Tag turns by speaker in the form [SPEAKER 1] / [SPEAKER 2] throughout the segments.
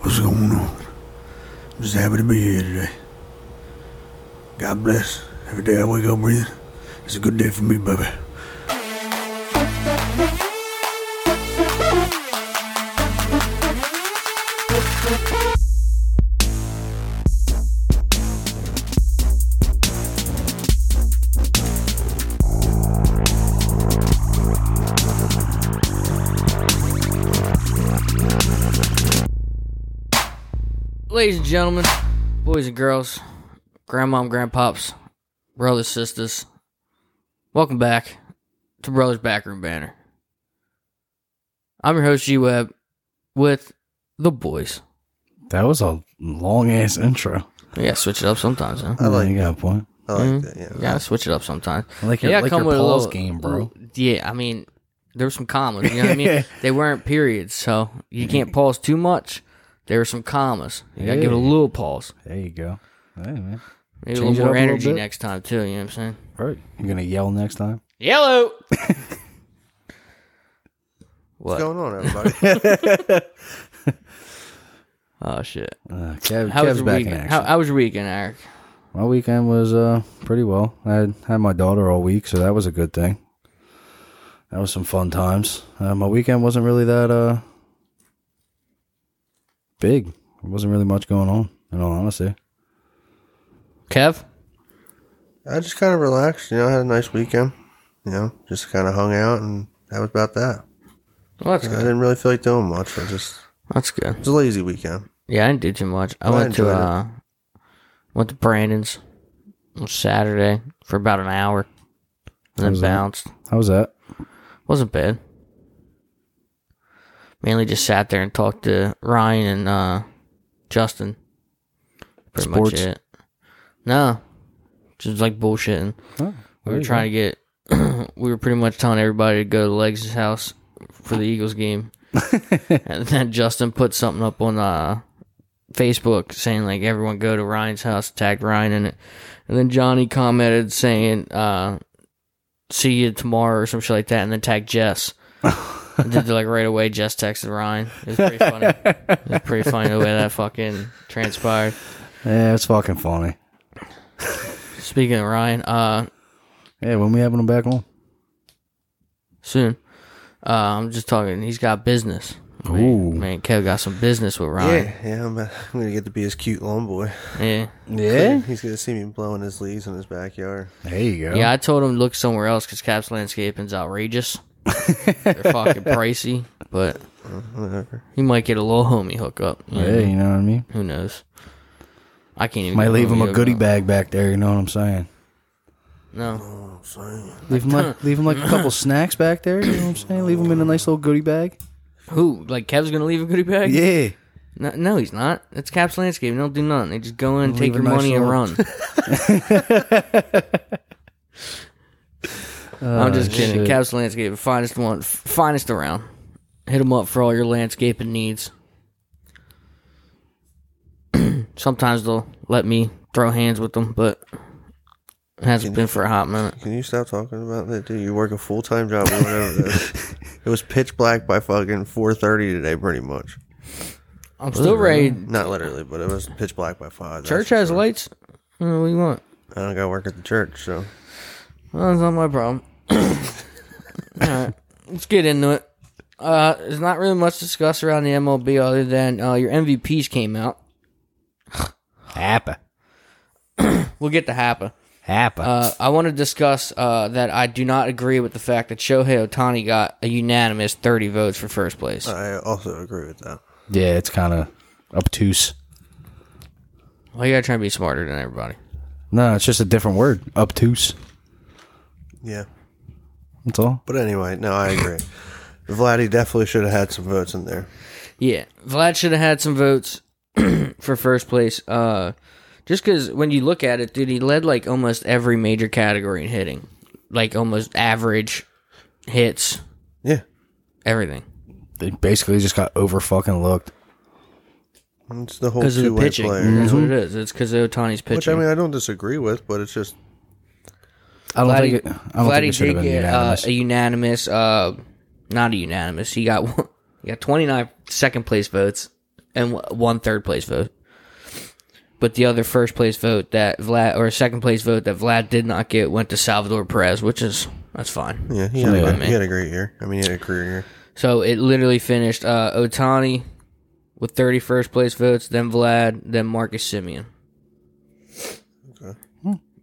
[SPEAKER 1] what's going on. Just happy to be here today. eh. God bless. Every day I wake up breathing, it's a good day for me, baby.
[SPEAKER 2] Ladies and gentlemen, boys and girls, grandmom, grandpops, brothers, sisters, welcome back to Brothers Backroom Banner. I'm your host, G Web, with the boys.
[SPEAKER 3] That was a long ass intro.
[SPEAKER 2] Yeah, switch it up sometimes, huh?
[SPEAKER 4] I like
[SPEAKER 3] you got a point.
[SPEAKER 4] I like
[SPEAKER 2] Mhm.
[SPEAKER 4] that. Yeah.
[SPEAKER 2] Yeah, switch it up sometimes.
[SPEAKER 3] I like your,
[SPEAKER 2] yeah,
[SPEAKER 3] like
[SPEAKER 2] come
[SPEAKER 3] your
[SPEAKER 2] with a
[SPEAKER 3] pause
[SPEAKER 2] little-
[SPEAKER 3] game, bro.
[SPEAKER 2] Yeah, I mean, there were some commas. You know what I mean? They weren't periods, so you can't pause too much. There were some commas. You gotta give it a
[SPEAKER 3] Yeah.
[SPEAKER 2] little pause.
[SPEAKER 3] There you go. Hey man,
[SPEAKER 2] Maybe a
[SPEAKER 3] Change it
[SPEAKER 2] little
[SPEAKER 3] up
[SPEAKER 2] more
[SPEAKER 3] a little
[SPEAKER 2] energy
[SPEAKER 3] bit.
[SPEAKER 2] next time too. You know what I'm saying?
[SPEAKER 3] right? You gonna yell next time?
[SPEAKER 2] Yellow.
[SPEAKER 4] What's
[SPEAKER 2] what?
[SPEAKER 4] going on, everybody?
[SPEAKER 2] Oh shit!
[SPEAKER 3] Uh, Kev,
[SPEAKER 2] How was
[SPEAKER 3] Kev's
[SPEAKER 2] your
[SPEAKER 3] back in
[SPEAKER 2] weekend?
[SPEAKER 3] action.
[SPEAKER 2] How, how was your weekend, Eric?
[SPEAKER 3] my weekend was uh pretty well. I had, had my daughter all week, so that was a good thing. That was some fun times. Uh, my weekend wasn't really that uh big. There wasn't really much going on. In all honesty,
[SPEAKER 2] Kev?
[SPEAKER 4] I just kind of relaxed. You know, I had a nice weekend. You know, just kind of hung out, and that was about that.
[SPEAKER 2] Well, that's
[SPEAKER 4] I
[SPEAKER 2] good.
[SPEAKER 4] didn't really feel like doing much. I just
[SPEAKER 2] That's good.
[SPEAKER 4] it was a lazy weekend.
[SPEAKER 2] Yeah, I didn't do too much. I
[SPEAKER 4] Well, I
[SPEAKER 2] went to
[SPEAKER 4] enjoyed it.
[SPEAKER 2] uh, went to Brandon's on Saturday for about an hour, and then
[SPEAKER 3] was that?
[SPEAKER 2] bounced.
[SPEAKER 3] how was that?
[SPEAKER 2] Wasn't bad. Mainly just sat there and talked to Ryan and uh, Justin. Pretty much
[SPEAKER 3] Sports?
[SPEAKER 2] it. No, just like bullshitting.
[SPEAKER 3] Oh,
[SPEAKER 2] We
[SPEAKER 3] there
[SPEAKER 2] were
[SPEAKER 3] you
[SPEAKER 2] trying to get. we were pretty much telling everybody to go to Legs' house for the Eagles game, and then Justin put something up on uh, Facebook saying like everyone go to Ryan's house, tagged Ryan in it, and then Johnny commented saying uh, see you tomorrow or some shit like that, and then tagged Jess. And Did like right away. Jess texted Ryan. It was pretty funny. it was pretty funny the way that fucking transpired.
[SPEAKER 3] go. Yeah, it's fucking funny.
[SPEAKER 2] Speaking of Ryan, uh,
[SPEAKER 3] Yeah, when we having them back on?
[SPEAKER 2] soon. Uh, I'm just talking. He's got business. Man,
[SPEAKER 3] Ooh.
[SPEAKER 2] man, Kev got some business with Ryan.
[SPEAKER 4] Yeah, yeah. I'm, uh, I'm gonna get to be his cute lawn boy.
[SPEAKER 2] Yeah,
[SPEAKER 3] Yeah.
[SPEAKER 4] He's gonna see me blowing his leaves in his backyard.
[SPEAKER 3] There you go.
[SPEAKER 2] yeah. I told him look somewhere else because Caps Landscaping's outrageous. They're fucking pricey, but
[SPEAKER 4] Whatever.
[SPEAKER 2] he might get a little homie hookup. You know?
[SPEAKER 3] Yeah, you know what I mean?
[SPEAKER 2] Who knows? I can't even.
[SPEAKER 3] Might
[SPEAKER 2] get
[SPEAKER 3] leave
[SPEAKER 2] homie
[SPEAKER 3] him a
[SPEAKER 2] hookup.
[SPEAKER 3] goodie bag back there, you know what I'm saying?
[SPEAKER 2] No,
[SPEAKER 3] Leave him like leave him like a couple snacks back there, you know what I'm saying? Leave him in a nice little goodie bag.
[SPEAKER 2] who like Kev's gonna leave a goodie bag?
[SPEAKER 3] Yeah.
[SPEAKER 2] No, no, he's not. It's Caps Landscaping. They don't do nothing. They just go in,
[SPEAKER 3] Leave
[SPEAKER 2] take
[SPEAKER 3] a
[SPEAKER 2] your
[SPEAKER 3] nice
[SPEAKER 2] money, and run.
[SPEAKER 3] little-
[SPEAKER 2] I'm just kidding.
[SPEAKER 3] Oh, shit.
[SPEAKER 2] Caps Landscaping, finest one, f- finest around. Hit them up for all your landscaping needs. Sometimes they'll let me throw hands with them, but it hasn't been for a hot minute.
[SPEAKER 4] Can you stop talking about that, dude? You work a full time job or whatever. it is. It was pitch black by fucking four thirty today, pretty much.
[SPEAKER 2] I'm still ready.
[SPEAKER 4] Not literally, but it was pitch black by five. that's
[SPEAKER 2] Church
[SPEAKER 4] for
[SPEAKER 2] has
[SPEAKER 4] sure.
[SPEAKER 2] lights. Uh, what do you want?
[SPEAKER 4] I don't gotta work at the church, so
[SPEAKER 2] Well, that's not my problem. All right, let's get into it. Uh, there's not really much to discuss around the MLB other than uh, your MVPs came out.
[SPEAKER 3] Happa.
[SPEAKER 2] We'll get to Happa.
[SPEAKER 3] Happa.
[SPEAKER 2] Uh, I want to discuss uh, that I do not agree with the fact that Shohei Otani got a unanimous 30 votes for first place.
[SPEAKER 4] I also agree with that.
[SPEAKER 3] yeah, it's kinda obtuse.
[SPEAKER 2] well, you gotta try and be smarter than everybody.
[SPEAKER 3] No, it's just a different word. Obtuse.
[SPEAKER 4] Yeah.
[SPEAKER 3] That's all.
[SPEAKER 4] But anyway, no, I agree. Vladdy definitely should have had some votes in there.
[SPEAKER 2] Yeah, Vlad should have had some votes for first place. Uh, just because when you look at it, dude, he led like almost every major category in hitting, like almost average hits,
[SPEAKER 4] Yeah.
[SPEAKER 2] everything.
[SPEAKER 3] They basically just got over fucking looked.
[SPEAKER 4] It's the whole
[SPEAKER 2] Because of
[SPEAKER 4] two
[SPEAKER 2] the
[SPEAKER 4] way
[SPEAKER 2] pitching. Mm.
[SPEAKER 4] player.
[SPEAKER 2] That's what it is. It's because of Otani's pitching.
[SPEAKER 4] Which I mean I don't disagree with, but it's just
[SPEAKER 3] I don't
[SPEAKER 2] Vladdy,
[SPEAKER 3] think it, I don't think
[SPEAKER 2] Vladdy
[SPEAKER 3] it should have
[SPEAKER 2] did
[SPEAKER 3] been
[SPEAKER 2] get, Uh,
[SPEAKER 3] unanimous.
[SPEAKER 2] a unanimous, uh, not a unanimous. He got one, he got 29 second place votes and w- one third place vote. But the other first place vote that Vlad or second place vote that Vlad did not get went to Salvador Perez, which is that's fine.
[SPEAKER 4] Yeah, he had, a,
[SPEAKER 3] Yeah.
[SPEAKER 4] good- he had a great year. I mean, he had a career year.
[SPEAKER 2] So it literally finished uh, Otani with 30 first place votes, then Vlad, then Marcus Simeon.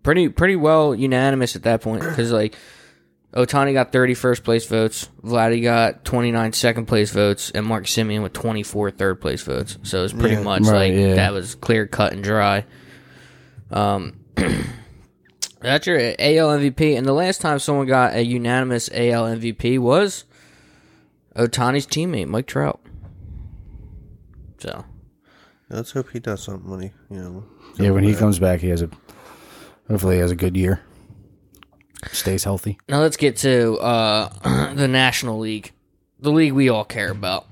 [SPEAKER 2] Pretty pretty well unanimous at that point because like Otani got 30 first place votes, Vladdy got 29 second place votes, and Marcus Simeon with 24 third place votes. So it's pretty much
[SPEAKER 3] Right,
[SPEAKER 2] like
[SPEAKER 3] yeah.
[SPEAKER 2] that was clear cut and dry. Um, that's your AL MVP. And the last time someone got a unanimous AL MVP was Otani's teammate, Mike Trout. So,
[SPEAKER 4] Let's hope he does something when he, you know.
[SPEAKER 3] Yeah, when he comes back, he has a hopefully he has a good year. Stays healthy.
[SPEAKER 2] now let's get to uh, the National League, the league we all care about.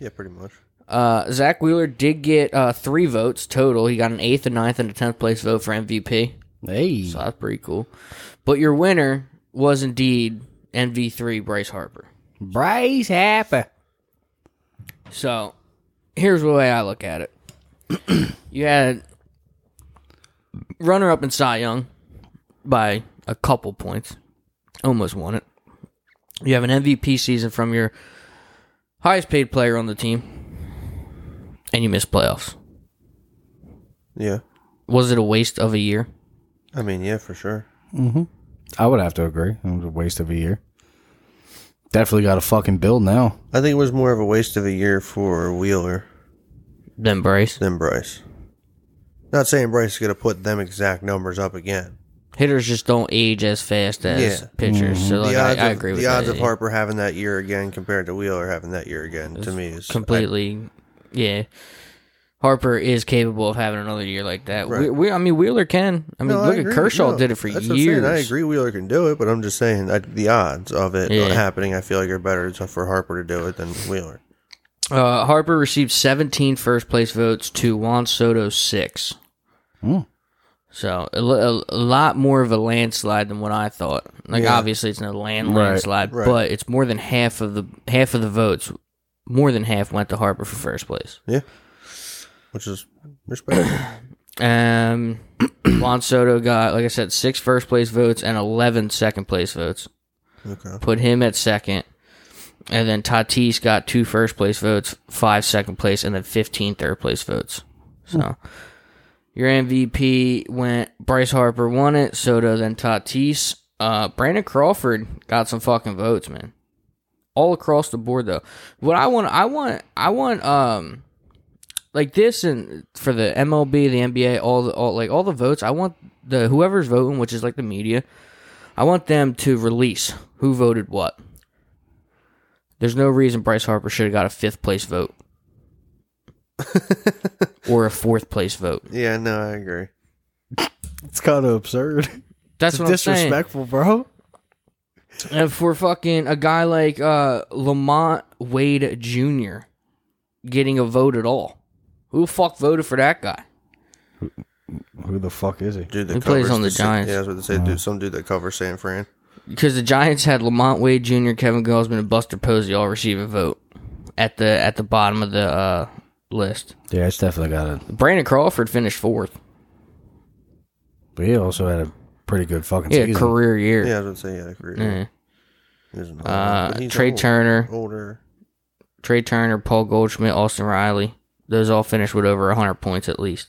[SPEAKER 4] Yeah, pretty much.
[SPEAKER 2] Uh, Zach Wheeler did get uh, three votes total. He got an eighth, a ninth, and a tenth place vote for MVP.
[SPEAKER 3] Hey,
[SPEAKER 2] So that's pretty cool. But your winner was indeed MV3 Bryce Harper.
[SPEAKER 3] Bryce Harper.
[SPEAKER 2] So here's the way I look at it. you had runner up in Cy Young by a couple points. Almost won it. You have an MVP season from your highest paid player on the team. And you miss playoffs.
[SPEAKER 4] Yeah.
[SPEAKER 2] Was it a waste of a year?
[SPEAKER 4] I mean, yeah, for sure.
[SPEAKER 3] I would have to agree. It was a waste of a year. Definitely got a fucking build now.
[SPEAKER 4] I think it was more of a waste of a year for Wheeler
[SPEAKER 2] Then Bryce.
[SPEAKER 4] than Bryce. Not saying Bryce is going to put them exact numbers up again.
[SPEAKER 2] Hitters just don't age as fast as
[SPEAKER 4] Yeah. Mm-hmm.
[SPEAKER 2] pitchers. So like,
[SPEAKER 4] the
[SPEAKER 2] I,
[SPEAKER 4] odds,
[SPEAKER 2] I
[SPEAKER 4] of,
[SPEAKER 2] agree with
[SPEAKER 4] the
[SPEAKER 2] that.
[SPEAKER 4] odds of
[SPEAKER 2] Yeah.
[SPEAKER 4] Harper having that year again compared to Wheeler having that year again to me is
[SPEAKER 2] completely. yeah, Harper is capable of having another year like that. We,
[SPEAKER 4] Right.
[SPEAKER 2] we, I mean, Wheeler can. I mean,
[SPEAKER 4] No, I
[SPEAKER 2] look at
[SPEAKER 4] agree.
[SPEAKER 2] Kershaw
[SPEAKER 4] No,
[SPEAKER 2] did it for
[SPEAKER 4] that's what I'm saying.
[SPEAKER 2] years.
[SPEAKER 4] I agree Wheeler can do it, but I'm just saying I, the odds of it
[SPEAKER 2] Yeah.
[SPEAKER 4] happening, I feel like are better for Harper to do it than Wheeler.
[SPEAKER 2] Uh, Harper received 17 first place votes to Juan Soto six.
[SPEAKER 3] Hmm.
[SPEAKER 2] So a, lo- a- a lot more of a landslide than what I thought. Like
[SPEAKER 4] Yeah.
[SPEAKER 2] obviously it's no land
[SPEAKER 3] Right,
[SPEAKER 2] landslide,
[SPEAKER 4] right.
[SPEAKER 2] but it's more than half of the half of the votes. More than half went to Harper for first place.
[SPEAKER 4] Yeah, which is respectable.
[SPEAKER 2] Um, Juan Soto got, like I said, six first place votes and 11 second place votes.
[SPEAKER 4] okay,
[SPEAKER 2] Put him at second. And then Tatis got two first place votes, five second place, and then 15 third place votes. So your MVP went Bryce Harper won it, Soto, then Tatis. Uh, Brandon Crawford got some fucking votes, man. All across the board, though. What I want, I want, I want, um, like this and for the MLB, the NBA, all the all like all the votes. I want the whoever's voting, which is like the media. I want them to release who voted what. There's no reason Bryce Harper should have got a fifth place vote or a fourth place vote.
[SPEAKER 4] yeah, no, I agree.
[SPEAKER 3] It's kind of absurd.
[SPEAKER 2] That's what I'm saying.
[SPEAKER 3] bro.
[SPEAKER 2] And for fucking a guy like uh, Lamont Wade Jr. getting a vote at all, who the fuck voted for that guy?
[SPEAKER 3] Who the fuck is he?
[SPEAKER 4] Dude, that
[SPEAKER 2] He plays
[SPEAKER 4] covers
[SPEAKER 2] on the
[SPEAKER 4] Sa-
[SPEAKER 2] Giants. Uh-huh.
[SPEAKER 4] Yeah, that's what they say. Dude, some dude that covers San Fran.
[SPEAKER 2] because the Giants had Lamont Wade Jr., Kevin Gausman, and Buster Posey all receive a vote at the at the bottom of the uh, list.
[SPEAKER 3] Yeah, it's definitely got a.
[SPEAKER 2] Brandon Crawford finished fourth.
[SPEAKER 3] But he also had a pretty good fucking
[SPEAKER 2] Yeah,
[SPEAKER 3] season.
[SPEAKER 2] career year.
[SPEAKER 4] Yeah, I was gonna say yeah, a career.
[SPEAKER 2] Yeah.
[SPEAKER 4] He doesn't know. But
[SPEAKER 2] Uh,
[SPEAKER 4] he's
[SPEAKER 2] Trey
[SPEAKER 4] old-
[SPEAKER 2] Turner,
[SPEAKER 4] older.
[SPEAKER 2] Trey Turner, Paul Goldschmidt, Austin Riley. Those all finished with over hundred points at least.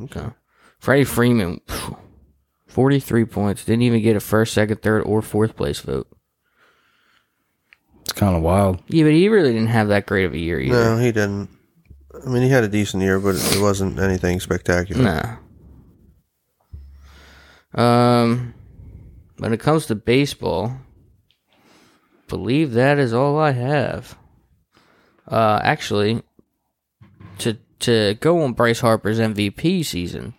[SPEAKER 4] Okay,
[SPEAKER 2] Freddie Freeman, forty three points. Didn't even get a first, second, third, or fourth place vote.
[SPEAKER 3] It's kind of wild.
[SPEAKER 2] Yeah, but he really didn't have that great of a year either.
[SPEAKER 4] no, he didn't. I mean, he had a decent year, but it wasn't anything spectacular.
[SPEAKER 2] Nah. Um, when it comes to baseball, believe that is all I have. Uh, actually, to to go on Bryce Harper's MVP season,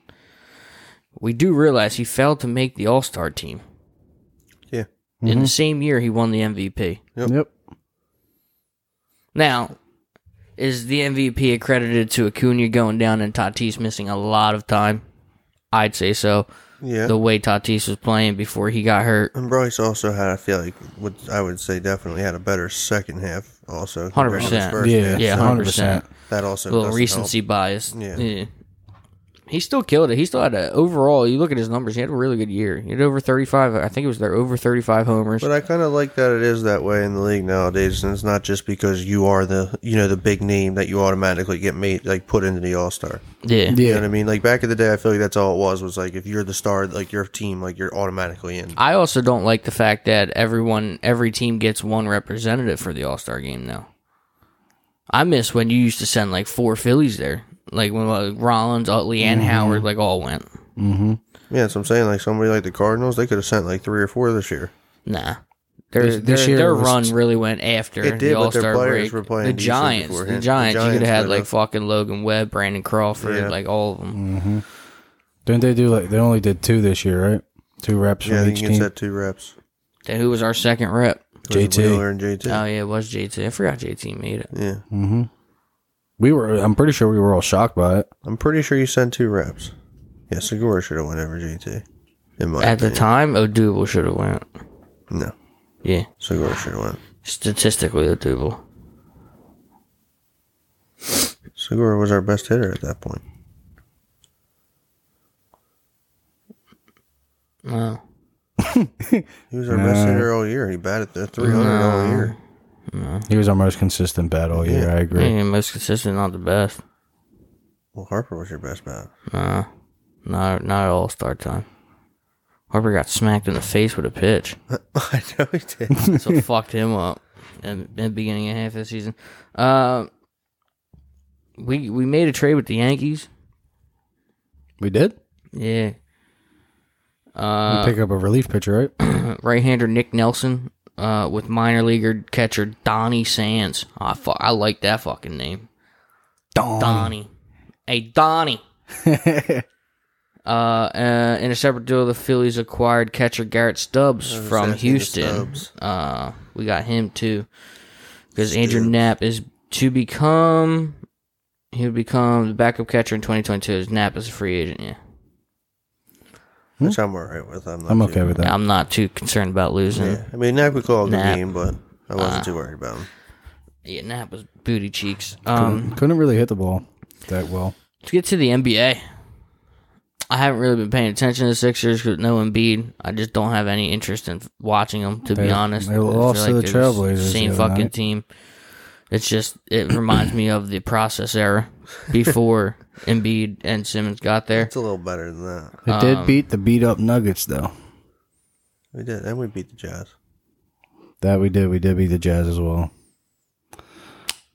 [SPEAKER 2] we do realize he failed to make the All Star team.
[SPEAKER 4] Yeah,
[SPEAKER 2] In the same year, he won the MVP.
[SPEAKER 4] Yep.
[SPEAKER 3] Yep.
[SPEAKER 2] Now, is the MVP accredited to Acuna going down and Tatis missing a lot of time? I'd say so.
[SPEAKER 4] yeah.
[SPEAKER 2] the way Tatis was playing before he got hurt.
[SPEAKER 4] And Bryce also had, I feel like, what I would say definitely had a better second half also.
[SPEAKER 2] 100%.
[SPEAKER 4] compared to his
[SPEAKER 3] Yeah,
[SPEAKER 4] first
[SPEAKER 2] Yeah,
[SPEAKER 4] game.
[SPEAKER 2] 100%.
[SPEAKER 3] 100%.
[SPEAKER 4] That also
[SPEAKER 2] A little
[SPEAKER 4] doesn't
[SPEAKER 2] recency bias.
[SPEAKER 4] Yeah.
[SPEAKER 2] He still killed it. He still had a overall. You look at his numbers. He had a really good year. He had over thirty five. I think it was there over thirty five homers.
[SPEAKER 4] But uh, I kind of like that it is that way in the league nowadays, and it's not just because you are the you know the big name that you automatically get made like put into the All Star.
[SPEAKER 2] yeah,
[SPEAKER 4] You know what
[SPEAKER 3] Yeah.
[SPEAKER 4] I mean? Like back in the day, I feel like that's all it was was like if you're the star, like your team, like you're automatically in.
[SPEAKER 2] I also don't like the fact that everyone, every team gets one representative for the All Star game now. I miss when you used to send like four Phillies there, like when like, Rollins, Utley, and Howard like all went.
[SPEAKER 4] Yeah, that's what I'm saying. Like somebody like the Cardinals, they could have sent like three or four this year.
[SPEAKER 2] Nah, their
[SPEAKER 3] This-
[SPEAKER 2] their,
[SPEAKER 3] this year
[SPEAKER 2] their
[SPEAKER 3] was-
[SPEAKER 2] run really went after
[SPEAKER 4] It
[SPEAKER 2] the
[SPEAKER 4] did,
[SPEAKER 2] All
[SPEAKER 4] but their
[SPEAKER 2] Star
[SPEAKER 4] players
[SPEAKER 2] break.
[SPEAKER 4] were playing
[SPEAKER 2] the
[SPEAKER 4] decent
[SPEAKER 2] Giants, the
[SPEAKER 4] beforehand.
[SPEAKER 2] Giants,
[SPEAKER 4] The
[SPEAKER 2] you could
[SPEAKER 4] Giants
[SPEAKER 2] have had
[SPEAKER 4] played
[SPEAKER 2] like
[SPEAKER 4] us.
[SPEAKER 2] fucking Logan Webb, Brandon Crawford,
[SPEAKER 4] Yeah. Mm.
[SPEAKER 2] like all of them.
[SPEAKER 3] Didn't they do like they only did two this year, right? Two reps
[SPEAKER 4] Yeah,
[SPEAKER 3] from
[SPEAKER 4] you
[SPEAKER 3] each
[SPEAKER 4] can
[SPEAKER 3] team.
[SPEAKER 4] set two reps.
[SPEAKER 2] Then who was our second rep?
[SPEAKER 4] It was
[SPEAKER 3] JT.
[SPEAKER 4] Wheeler and JT.
[SPEAKER 2] Oh yeah, it was JT. I forgot JT made it.
[SPEAKER 4] yeah,
[SPEAKER 3] We were. I'm pretty sure we were all shocked by it.
[SPEAKER 4] I'm pretty sure you sent two reps. Yeah, Segura should have went over JT. In my
[SPEAKER 2] At the
[SPEAKER 4] opinion.
[SPEAKER 2] time, Odubel should have went.
[SPEAKER 4] no,
[SPEAKER 2] Yeah,
[SPEAKER 4] Segura should have went.
[SPEAKER 2] statistically, Odubel.
[SPEAKER 4] Segura was our best hitter at that point.
[SPEAKER 2] No,
[SPEAKER 4] He was our best hitter all year. He batted the 300 all year.
[SPEAKER 3] He was our most consistent bat all year. I agree.
[SPEAKER 2] yeah, most consistent, not the best.
[SPEAKER 4] Well, Harper was your best bat.
[SPEAKER 2] No, not not at all star time. Harper got smacked in the face with a pitch,
[SPEAKER 4] I know he did.
[SPEAKER 2] so fucked him up in, in the beginning of half of the season. Uh, we we made a trade with the Yankees.
[SPEAKER 3] We did.
[SPEAKER 2] Yeah,
[SPEAKER 3] we pick up a relief pitcher, right?
[SPEAKER 2] right-hander Nick Nelson uh, with minor leaguer catcher Donnie Sands. Ah, I fu- I like that fucking name, Donnie. Hey Donnie. Uh, uh, in a separate deal, the Phillies acquired catcher Garrett Stubbs from
[SPEAKER 4] asking the
[SPEAKER 2] Houston.
[SPEAKER 4] Stubbs.
[SPEAKER 2] Uh, we got him too because Andrew Knapp is to become. He would become the backup catcher in 2022. As Knapp is a free agent. Yeah,
[SPEAKER 4] Which I'm all right with. I'm, not
[SPEAKER 3] I'm
[SPEAKER 4] too-
[SPEAKER 3] okay with that.
[SPEAKER 2] I'm not too concerned about losing.
[SPEAKER 4] Yeah. I mean, Knapp could call a good
[SPEAKER 2] Knapp.
[SPEAKER 4] game, but I wasn't too worried about him.
[SPEAKER 2] Yeah, Knapp was booty cheeks. Um,
[SPEAKER 3] Couldn't really hit the ball that well.
[SPEAKER 2] Let's get to the NBA. I haven't really been paying attention to the Sixers because no Embiid. I just don't have any interest in watching them, to be
[SPEAKER 3] They-
[SPEAKER 2] honest.
[SPEAKER 3] they
[SPEAKER 2] I feel
[SPEAKER 3] lost to the
[SPEAKER 2] they're just
[SPEAKER 3] Trailblazers the
[SPEAKER 2] Same
[SPEAKER 3] other
[SPEAKER 2] fucking
[SPEAKER 3] night.
[SPEAKER 2] team. It's just, it reminds me of the process era before Embiid and Simmons got there.
[SPEAKER 4] It's a little better than that.
[SPEAKER 3] They
[SPEAKER 2] Um,
[SPEAKER 3] did beat the beat up Nuggets though.
[SPEAKER 4] We did, and we beat the Jazz.
[SPEAKER 3] That we did. We did beat the Jazz as well.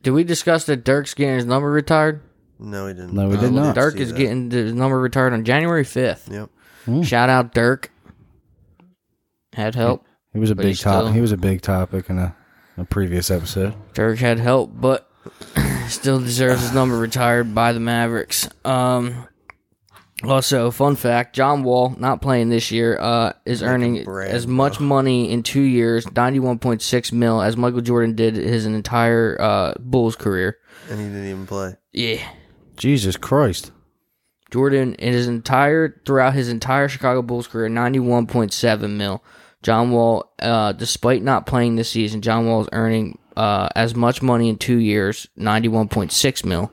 [SPEAKER 2] Did we discuss that Dirk's getting his number retired?
[SPEAKER 4] No, we didn't.
[SPEAKER 3] No, we did
[SPEAKER 4] Uh,
[SPEAKER 3] not.
[SPEAKER 2] Dirk
[SPEAKER 4] see
[SPEAKER 2] is
[SPEAKER 4] that.
[SPEAKER 2] getting his number retired on January 5th.
[SPEAKER 4] Yep.
[SPEAKER 3] Mm.
[SPEAKER 2] Shout out Dirk. Had help.
[SPEAKER 3] He was a
[SPEAKER 2] he
[SPEAKER 3] big top.
[SPEAKER 2] still-
[SPEAKER 3] He was a big topic in a, a previous episode.
[SPEAKER 2] Dirk had help, but still deserves his number retired by the Mavericks. Um, also, fun fact: John Wall not playing this year uh, is earning
[SPEAKER 4] brag,
[SPEAKER 2] as much money in two years, ninety-one point six mil, as Michael Jordan did his entire uh, Bulls career.
[SPEAKER 4] And he didn't even play.
[SPEAKER 2] Yeah,
[SPEAKER 3] Jesus Christ!
[SPEAKER 2] Jordan in his entire throughout his entire Chicago Bulls career, ninety-one point seven mil. John Wall, uh, despite not playing this season, John Wall is earning uh, as much money in two years, ninety-one point six mil,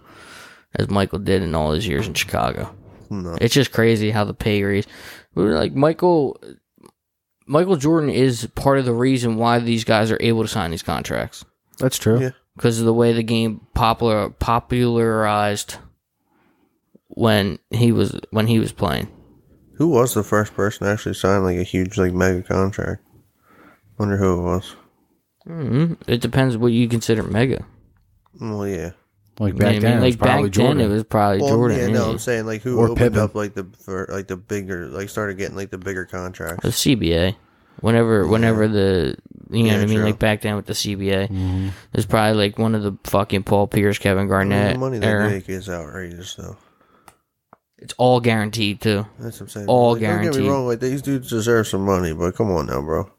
[SPEAKER 2] as Michael did in all his years in Chicago.
[SPEAKER 4] No.
[SPEAKER 2] It's just crazy how the pay raise. we were Like Michael, Michael Jordan is part of the reason why these guys are able to sign these contracts
[SPEAKER 3] That's true.
[SPEAKER 4] Yeah.
[SPEAKER 2] because of the way the game popular popularized when he was when he was playing.
[SPEAKER 4] Who was the first person to actually sign like a huge like mega contract? Wonder who it was.
[SPEAKER 2] hmm It depends what you consider mega.
[SPEAKER 4] Well, yeah.
[SPEAKER 3] Like
[SPEAKER 2] You know what
[SPEAKER 3] back
[SPEAKER 2] I mean?
[SPEAKER 3] then, it was
[SPEAKER 2] like back
[SPEAKER 3] probably Jordan.
[SPEAKER 2] then, it was probably
[SPEAKER 4] Well,
[SPEAKER 2] Jordan.
[SPEAKER 4] yeah,
[SPEAKER 2] yeah.
[SPEAKER 4] no, I'm saying like who
[SPEAKER 3] Or
[SPEAKER 4] opened
[SPEAKER 3] Pippen.
[SPEAKER 4] up like the for, like the bigger like started getting like the bigger contracts.
[SPEAKER 2] the CBA. Whenever, whenever the you know
[SPEAKER 4] Yeah,
[SPEAKER 2] what I mean,
[SPEAKER 4] true.
[SPEAKER 2] like back then with the CBA,
[SPEAKER 3] Mm-hmm.
[SPEAKER 2] it's probably like one of the fucking Paul Pierce, Kevin Garnett
[SPEAKER 4] the money they
[SPEAKER 2] era.
[SPEAKER 4] make is outrageous, though.
[SPEAKER 2] It's all guaranteed too.
[SPEAKER 4] That's what I'm saying.
[SPEAKER 2] All
[SPEAKER 4] Like, Don't get
[SPEAKER 2] guaranteed.
[SPEAKER 4] me wrong. Like these dudes deserve some money, but come on now, bro.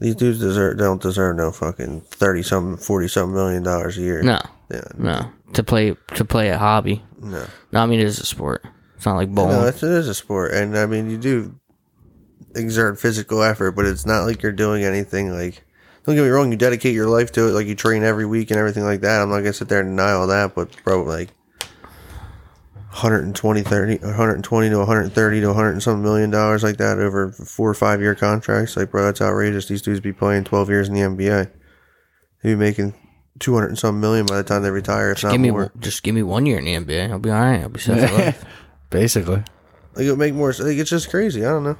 [SPEAKER 4] These dudes deserve don't deserve no fucking thirty something, forty something million dollars a year.
[SPEAKER 2] No,
[SPEAKER 4] yeah,
[SPEAKER 2] no, to play to play a hobby.
[SPEAKER 4] no,
[SPEAKER 2] No, I mean it is a sport. It's not like bowling.
[SPEAKER 4] no. It's, it is a sport, and I mean you do exert physical effort, but it's not like you're doing anything like Don't get me wrong. You dedicate your life to it, like you train every week and everything like that. I'm not gonna sit there and deny all that, but bro, like 120, 30, 120 to 130 to 100 and some million dollars like that over four or five year contracts. Like, bro, that's outrageous. These dudes be playing 12 years in the NBA. They be making 200 and some million by the time they retire, if
[SPEAKER 2] Just
[SPEAKER 4] not
[SPEAKER 2] give me
[SPEAKER 4] more.
[SPEAKER 2] just give me one year in the NBA. I'll be all right. I'll be set for life.
[SPEAKER 3] Basically,
[SPEAKER 4] Like, it would make more. s- Like, it's just crazy. I don't know.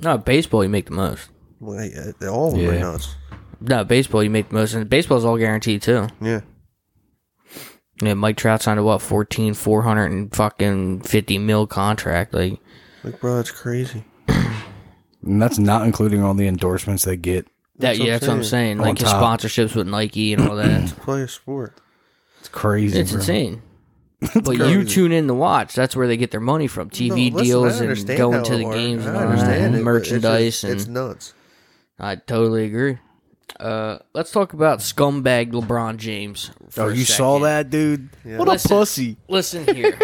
[SPEAKER 2] No, baseball you make the most.
[SPEAKER 4] Like, uh, they- all of them are
[SPEAKER 3] Yeah.
[SPEAKER 4] nuts.
[SPEAKER 2] No, baseball you make the most, and baseball's all guaranteed too.
[SPEAKER 4] Yeah.
[SPEAKER 2] Yeah, Mike Trout signed a what 14, 400 and fucking fifty mil contract. Like
[SPEAKER 4] Like, bro, that's crazy.
[SPEAKER 3] and that's not including all the endorsements they get.
[SPEAKER 2] that. yeah, that's what I'm saying. Like his
[SPEAKER 3] top.
[SPEAKER 2] sponsorships with Nike and all that.
[SPEAKER 4] Play a sport.
[SPEAKER 3] It's crazy.
[SPEAKER 2] it's
[SPEAKER 3] bro.
[SPEAKER 2] insane. but you
[SPEAKER 4] crazy.
[SPEAKER 2] tune in to watch. That's where they get their money from.
[SPEAKER 4] No,
[SPEAKER 2] TV
[SPEAKER 4] listen, I
[SPEAKER 2] deals and
[SPEAKER 4] understand
[SPEAKER 2] going
[SPEAKER 4] how
[SPEAKER 2] to
[SPEAKER 4] it
[SPEAKER 2] the
[SPEAKER 4] works.
[SPEAKER 2] games
[SPEAKER 4] I
[SPEAKER 2] and all that,
[SPEAKER 4] understand
[SPEAKER 2] and
[SPEAKER 4] it, but it's just-
[SPEAKER 2] merchandise.
[SPEAKER 4] It's
[SPEAKER 2] and
[SPEAKER 4] nuts.
[SPEAKER 2] I totally agree. Uh, let's talk about scumbag LeBron James. for
[SPEAKER 3] Oh,
[SPEAKER 2] a
[SPEAKER 3] you saw
[SPEAKER 2] second.
[SPEAKER 3] that, dude? What
[SPEAKER 2] Listen.
[SPEAKER 3] a pussy!
[SPEAKER 2] Listen here.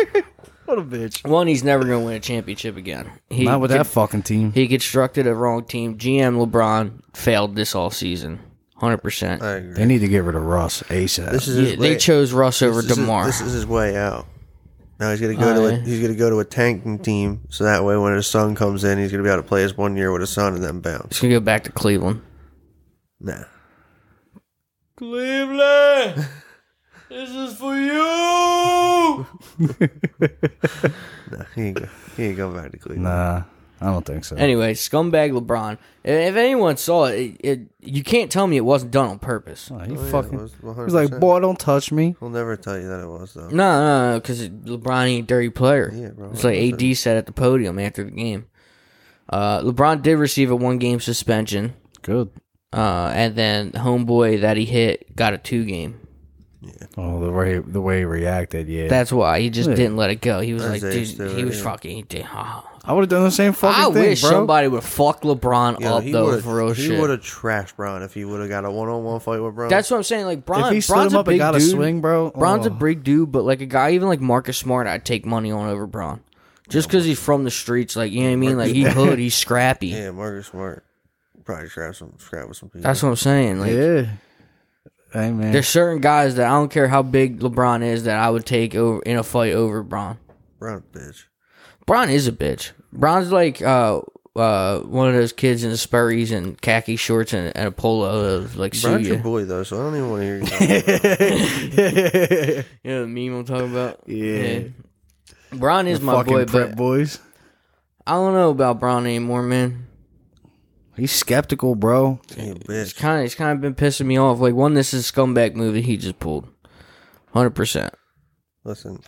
[SPEAKER 3] What a bitch!
[SPEAKER 2] One, he's never going to win a championship again. He
[SPEAKER 3] Not with
[SPEAKER 2] con-
[SPEAKER 3] that fucking team.
[SPEAKER 2] He constructed a wrong team. GM LeBron failed this all season. 100%.
[SPEAKER 4] I agree.
[SPEAKER 3] They need to get rid of Russ ASAP.
[SPEAKER 4] This is
[SPEAKER 2] Yeah,
[SPEAKER 4] his
[SPEAKER 2] they
[SPEAKER 4] way-
[SPEAKER 2] chose Russ over
[SPEAKER 4] this is-
[SPEAKER 2] DeMar.
[SPEAKER 4] this is his way out. Now he's gonna go to a,
[SPEAKER 2] Aye.
[SPEAKER 4] he's gonna go to a tanking team, so that way when his son comes in, he's gonna be able to play his one year with his son and then bounce.
[SPEAKER 2] He's going to go back to Cleveland.
[SPEAKER 4] Nah,
[SPEAKER 2] Cleveland! This is for you!
[SPEAKER 4] nah, he ain't go, he ain't going back to Cleveland.
[SPEAKER 3] nah, Uh, I don't think so.
[SPEAKER 2] Anyway, scumbag LeBron. If anyone saw it, it, it you can't tell me it wasn't done on purpose.
[SPEAKER 3] Oh, he
[SPEAKER 4] Oh, yeah, it
[SPEAKER 3] fucking.
[SPEAKER 4] was
[SPEAKER 3] He's like,
[SPEAKER 4] 100%.
[SPEAKER 3] boy, don't touch me.
[SPEAKER 4] We'll never tell you that it was though.
[SPEAKER 2] No, no, no, because LeBron ain't a dirty player.
[SPEAKER 4] Yeah, bro.
[SPEAKER 2] It's like AD said at the podium after the game. Uh, LeBron did receive a one game suspension,
[SPEAKER 3] Good.
[SPEAKER 2] uh, and then homeboy that he hit got a two game.
[SPEAKER 3] Oh, the way the way he reacted, yeah.
[SPEAKER 2] That's why he just
[SPEAKER 3] Yeah.
[SPEAKER 2] didn't let it go. He was
[SPEAKER 4] That's
[SPEAKER 2] like,
[SPEAKER 4] age
[SPEAKER 2] dude,
[SPEAKER 4] too,
[SPEAKER 2] he was
[SPEAKER 4] yeah.
[SPEAKER 2] fucking. He did, oh.
[SPEAKER 3] I would have done the same fucking
[SPEAKER 2] I
[SPEAKER 3] thing,
[SPEAKER 2] wish
[SPEAKER 3] bro.
[SPEAKER 2] somebody would fuck LeBron
[SPEAKER 4] You know,
[SPEAKER 2] up
[SPEAKER 4] he
[SPEAKER 2] though for real
[SPEAKER 4] would've- he would
[SPEAKER 2] shit.
[SPEAKER 4] have trashed Brown if he would have got a one on one fight with Brown.
[SPEAKER 2] That's what I'm saying. Like Bron,
[SPEAKER 3] if he stood
[SPEAKER 2] Bron's
[SPEAKER 3] him up
[SPEAKER 2] a big
[SPEAKER 3] and got
[SPEAKER 2] dude.
[SPEAKER 3] a swing, bro.
[SPEAKER 2] Bron's a
[SPEAKER 3] oh.
[SPEAKER 2] big dude, but like a guy even like Marcus Smart, I'd take money on over Bron, just because he's from the streets. Like you know what I mean? Like he hood, he's scrappy.
[SPEAKER 4] yeah, Marcus Smart probably scrapped some scrap with some people.
[SPEAKER 2] That's what I'm saying. Like
[SPEAKER 3] yeah. Hey man,
[SPEAKER 2] there's certain guys that I don't care how big LeBron is that I would take over in a fight over Bron.
[SPEAKER 4] Brown bitch.
[SPEAKER 2] Bron is a bitch. Bron's like uh uh one of those kids in the Spurries and khaki shorts and, and a polo of like sue
[SPEAKER 4] Brown's
[SPEAKER 2] you.
[SPEAKER 4] your boy though, so I don't even want to hear. You talk.
[SPEAKER 2] You know the meme I'm talking about?
[SPEAKER 3] Yeah.
[SPEAKER 2] Bron is my
[SPEAKER 3] fucking
[SPEAKER 2] boy,
[SPEAKER 3] prep
[SPEAKER 2] but
[SPEAKER 3] boys.
[SPEAKER 2] I don't know about Bron anymore, man.
[SPEAKER 3] He's skeptical, bro.
[SPEAKER 4] you bitch.
[SPEAKER 2] Kind of, it's kind of been pissing me off. Like one, this is scumbag movie he just pulled, hundred percent.
[SPEAKER 4] Listen,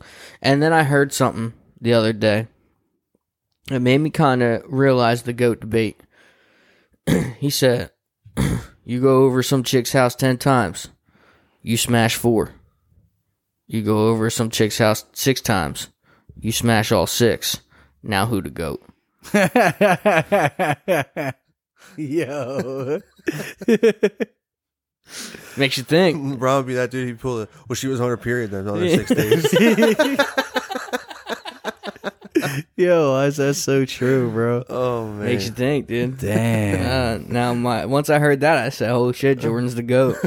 [SPEAKER 2] And then I heard something the other day. It made me kind of realize the goat debate. he said, "You go over some chick's house ten times, you smash four. You go over some chick's house six times, you smash all six. Now who the goat?"
[SPEAKER 3] Yo,
[SPEAKER 2] Makes you think.
[SPEAKER 4] Brown would be that dude. He pulled it. Well, she was on her period then, another six days.
[SPEAKER 3] yo, why is that so true, bro?
[SPEAKER 4] Oh man.
[SPEAKER 2] Makes you think, dude.
[SPEAKER 3] Damn.
[SPEAKER 2] Uh, now my once I heard that I said, "Oh shit, Jordan's the goat."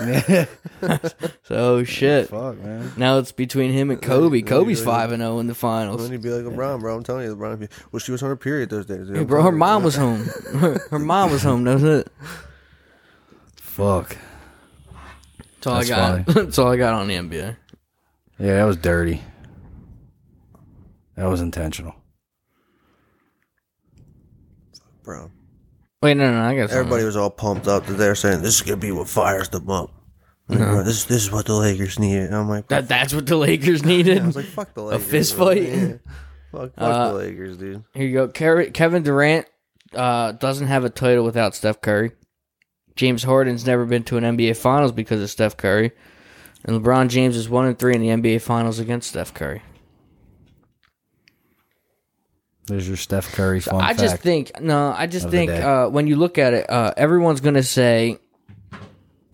[SPEAKER 2] so oh, shit.
[SPEAKER 3] Fuck, man.
[SPEAKER 2] Now it's between him and Kobe.
[SPEAKER 4] Really,
[SPEAKER 2] Kobe's
[SPEAKER 4] really.
[SPEAKER 2] five and zero in the
[SPEAKER 4] Well, then
[SPEAKER 2] finals.
[SPEAKER 4] he'd be like LeBron, bro. I'm telling you, LeBron. Be, well, she was on her period those days. dude.
[SPEAKER 2] Hey,
[SPEAKER 4] I'm
[SPEAKER 2] bro, her
[SPEAKER 4] telling you.
[SPEAKER 2] mom was home. her mom was home. That's it.
[SPEAKER 3] Fuck.
[SPEAKER 2] That's all
[SPEAKER 3] That's
[SPEAKER 2] I got. That's all I got on the NBA.
[SPEAKER 3] Yeah, that was dirty. That was intentional.
[SPEAKER 4] Bro,
[SPEAKER 2] Wait, no, no, I got something.
[SPEAKER 4] everybody was all pumped up that they're saying this is gonna be what fires them up. Like, bro, this this is what the Lakers needed. And I'm like,
[SPEAKER 2] Uh-huh. That that's what the Lakers
[SPEAKER 4] I was
[SPEAKER 2] needed.
[SPEAKER 4] like, fuck the Lakers.
[SPEAKER 2] fist
[SPEAKER 4] bro.
[SPEAKER 2] fight?
[SPEAKER 4] Yeah. Fuck, fuck
[SPEAKER 2] Uh,
[SPEAKER 4] the Lakers, dude.
[SPEAKER 2] Here you go. Ke- Kevin Durant uh, doesn't have a title without Steph Curry. James Harden's never been to an NBA Finals because of Steph Curry, and LeBron James is one and three in the NBA Finals against Steph Curry.
[SPEAKER 3] There's your Steph Curry fun
[SPEAKER 2] I
[SPEAKER 3] fact.
[SPEAKER 2] just think no. I just
[SPEAKER 3] of the
[SPEAKER 2] think
[SPEAKER 3] day.
[SPEAKER 2] uh, when you look at it, uh, everyone's gonna say,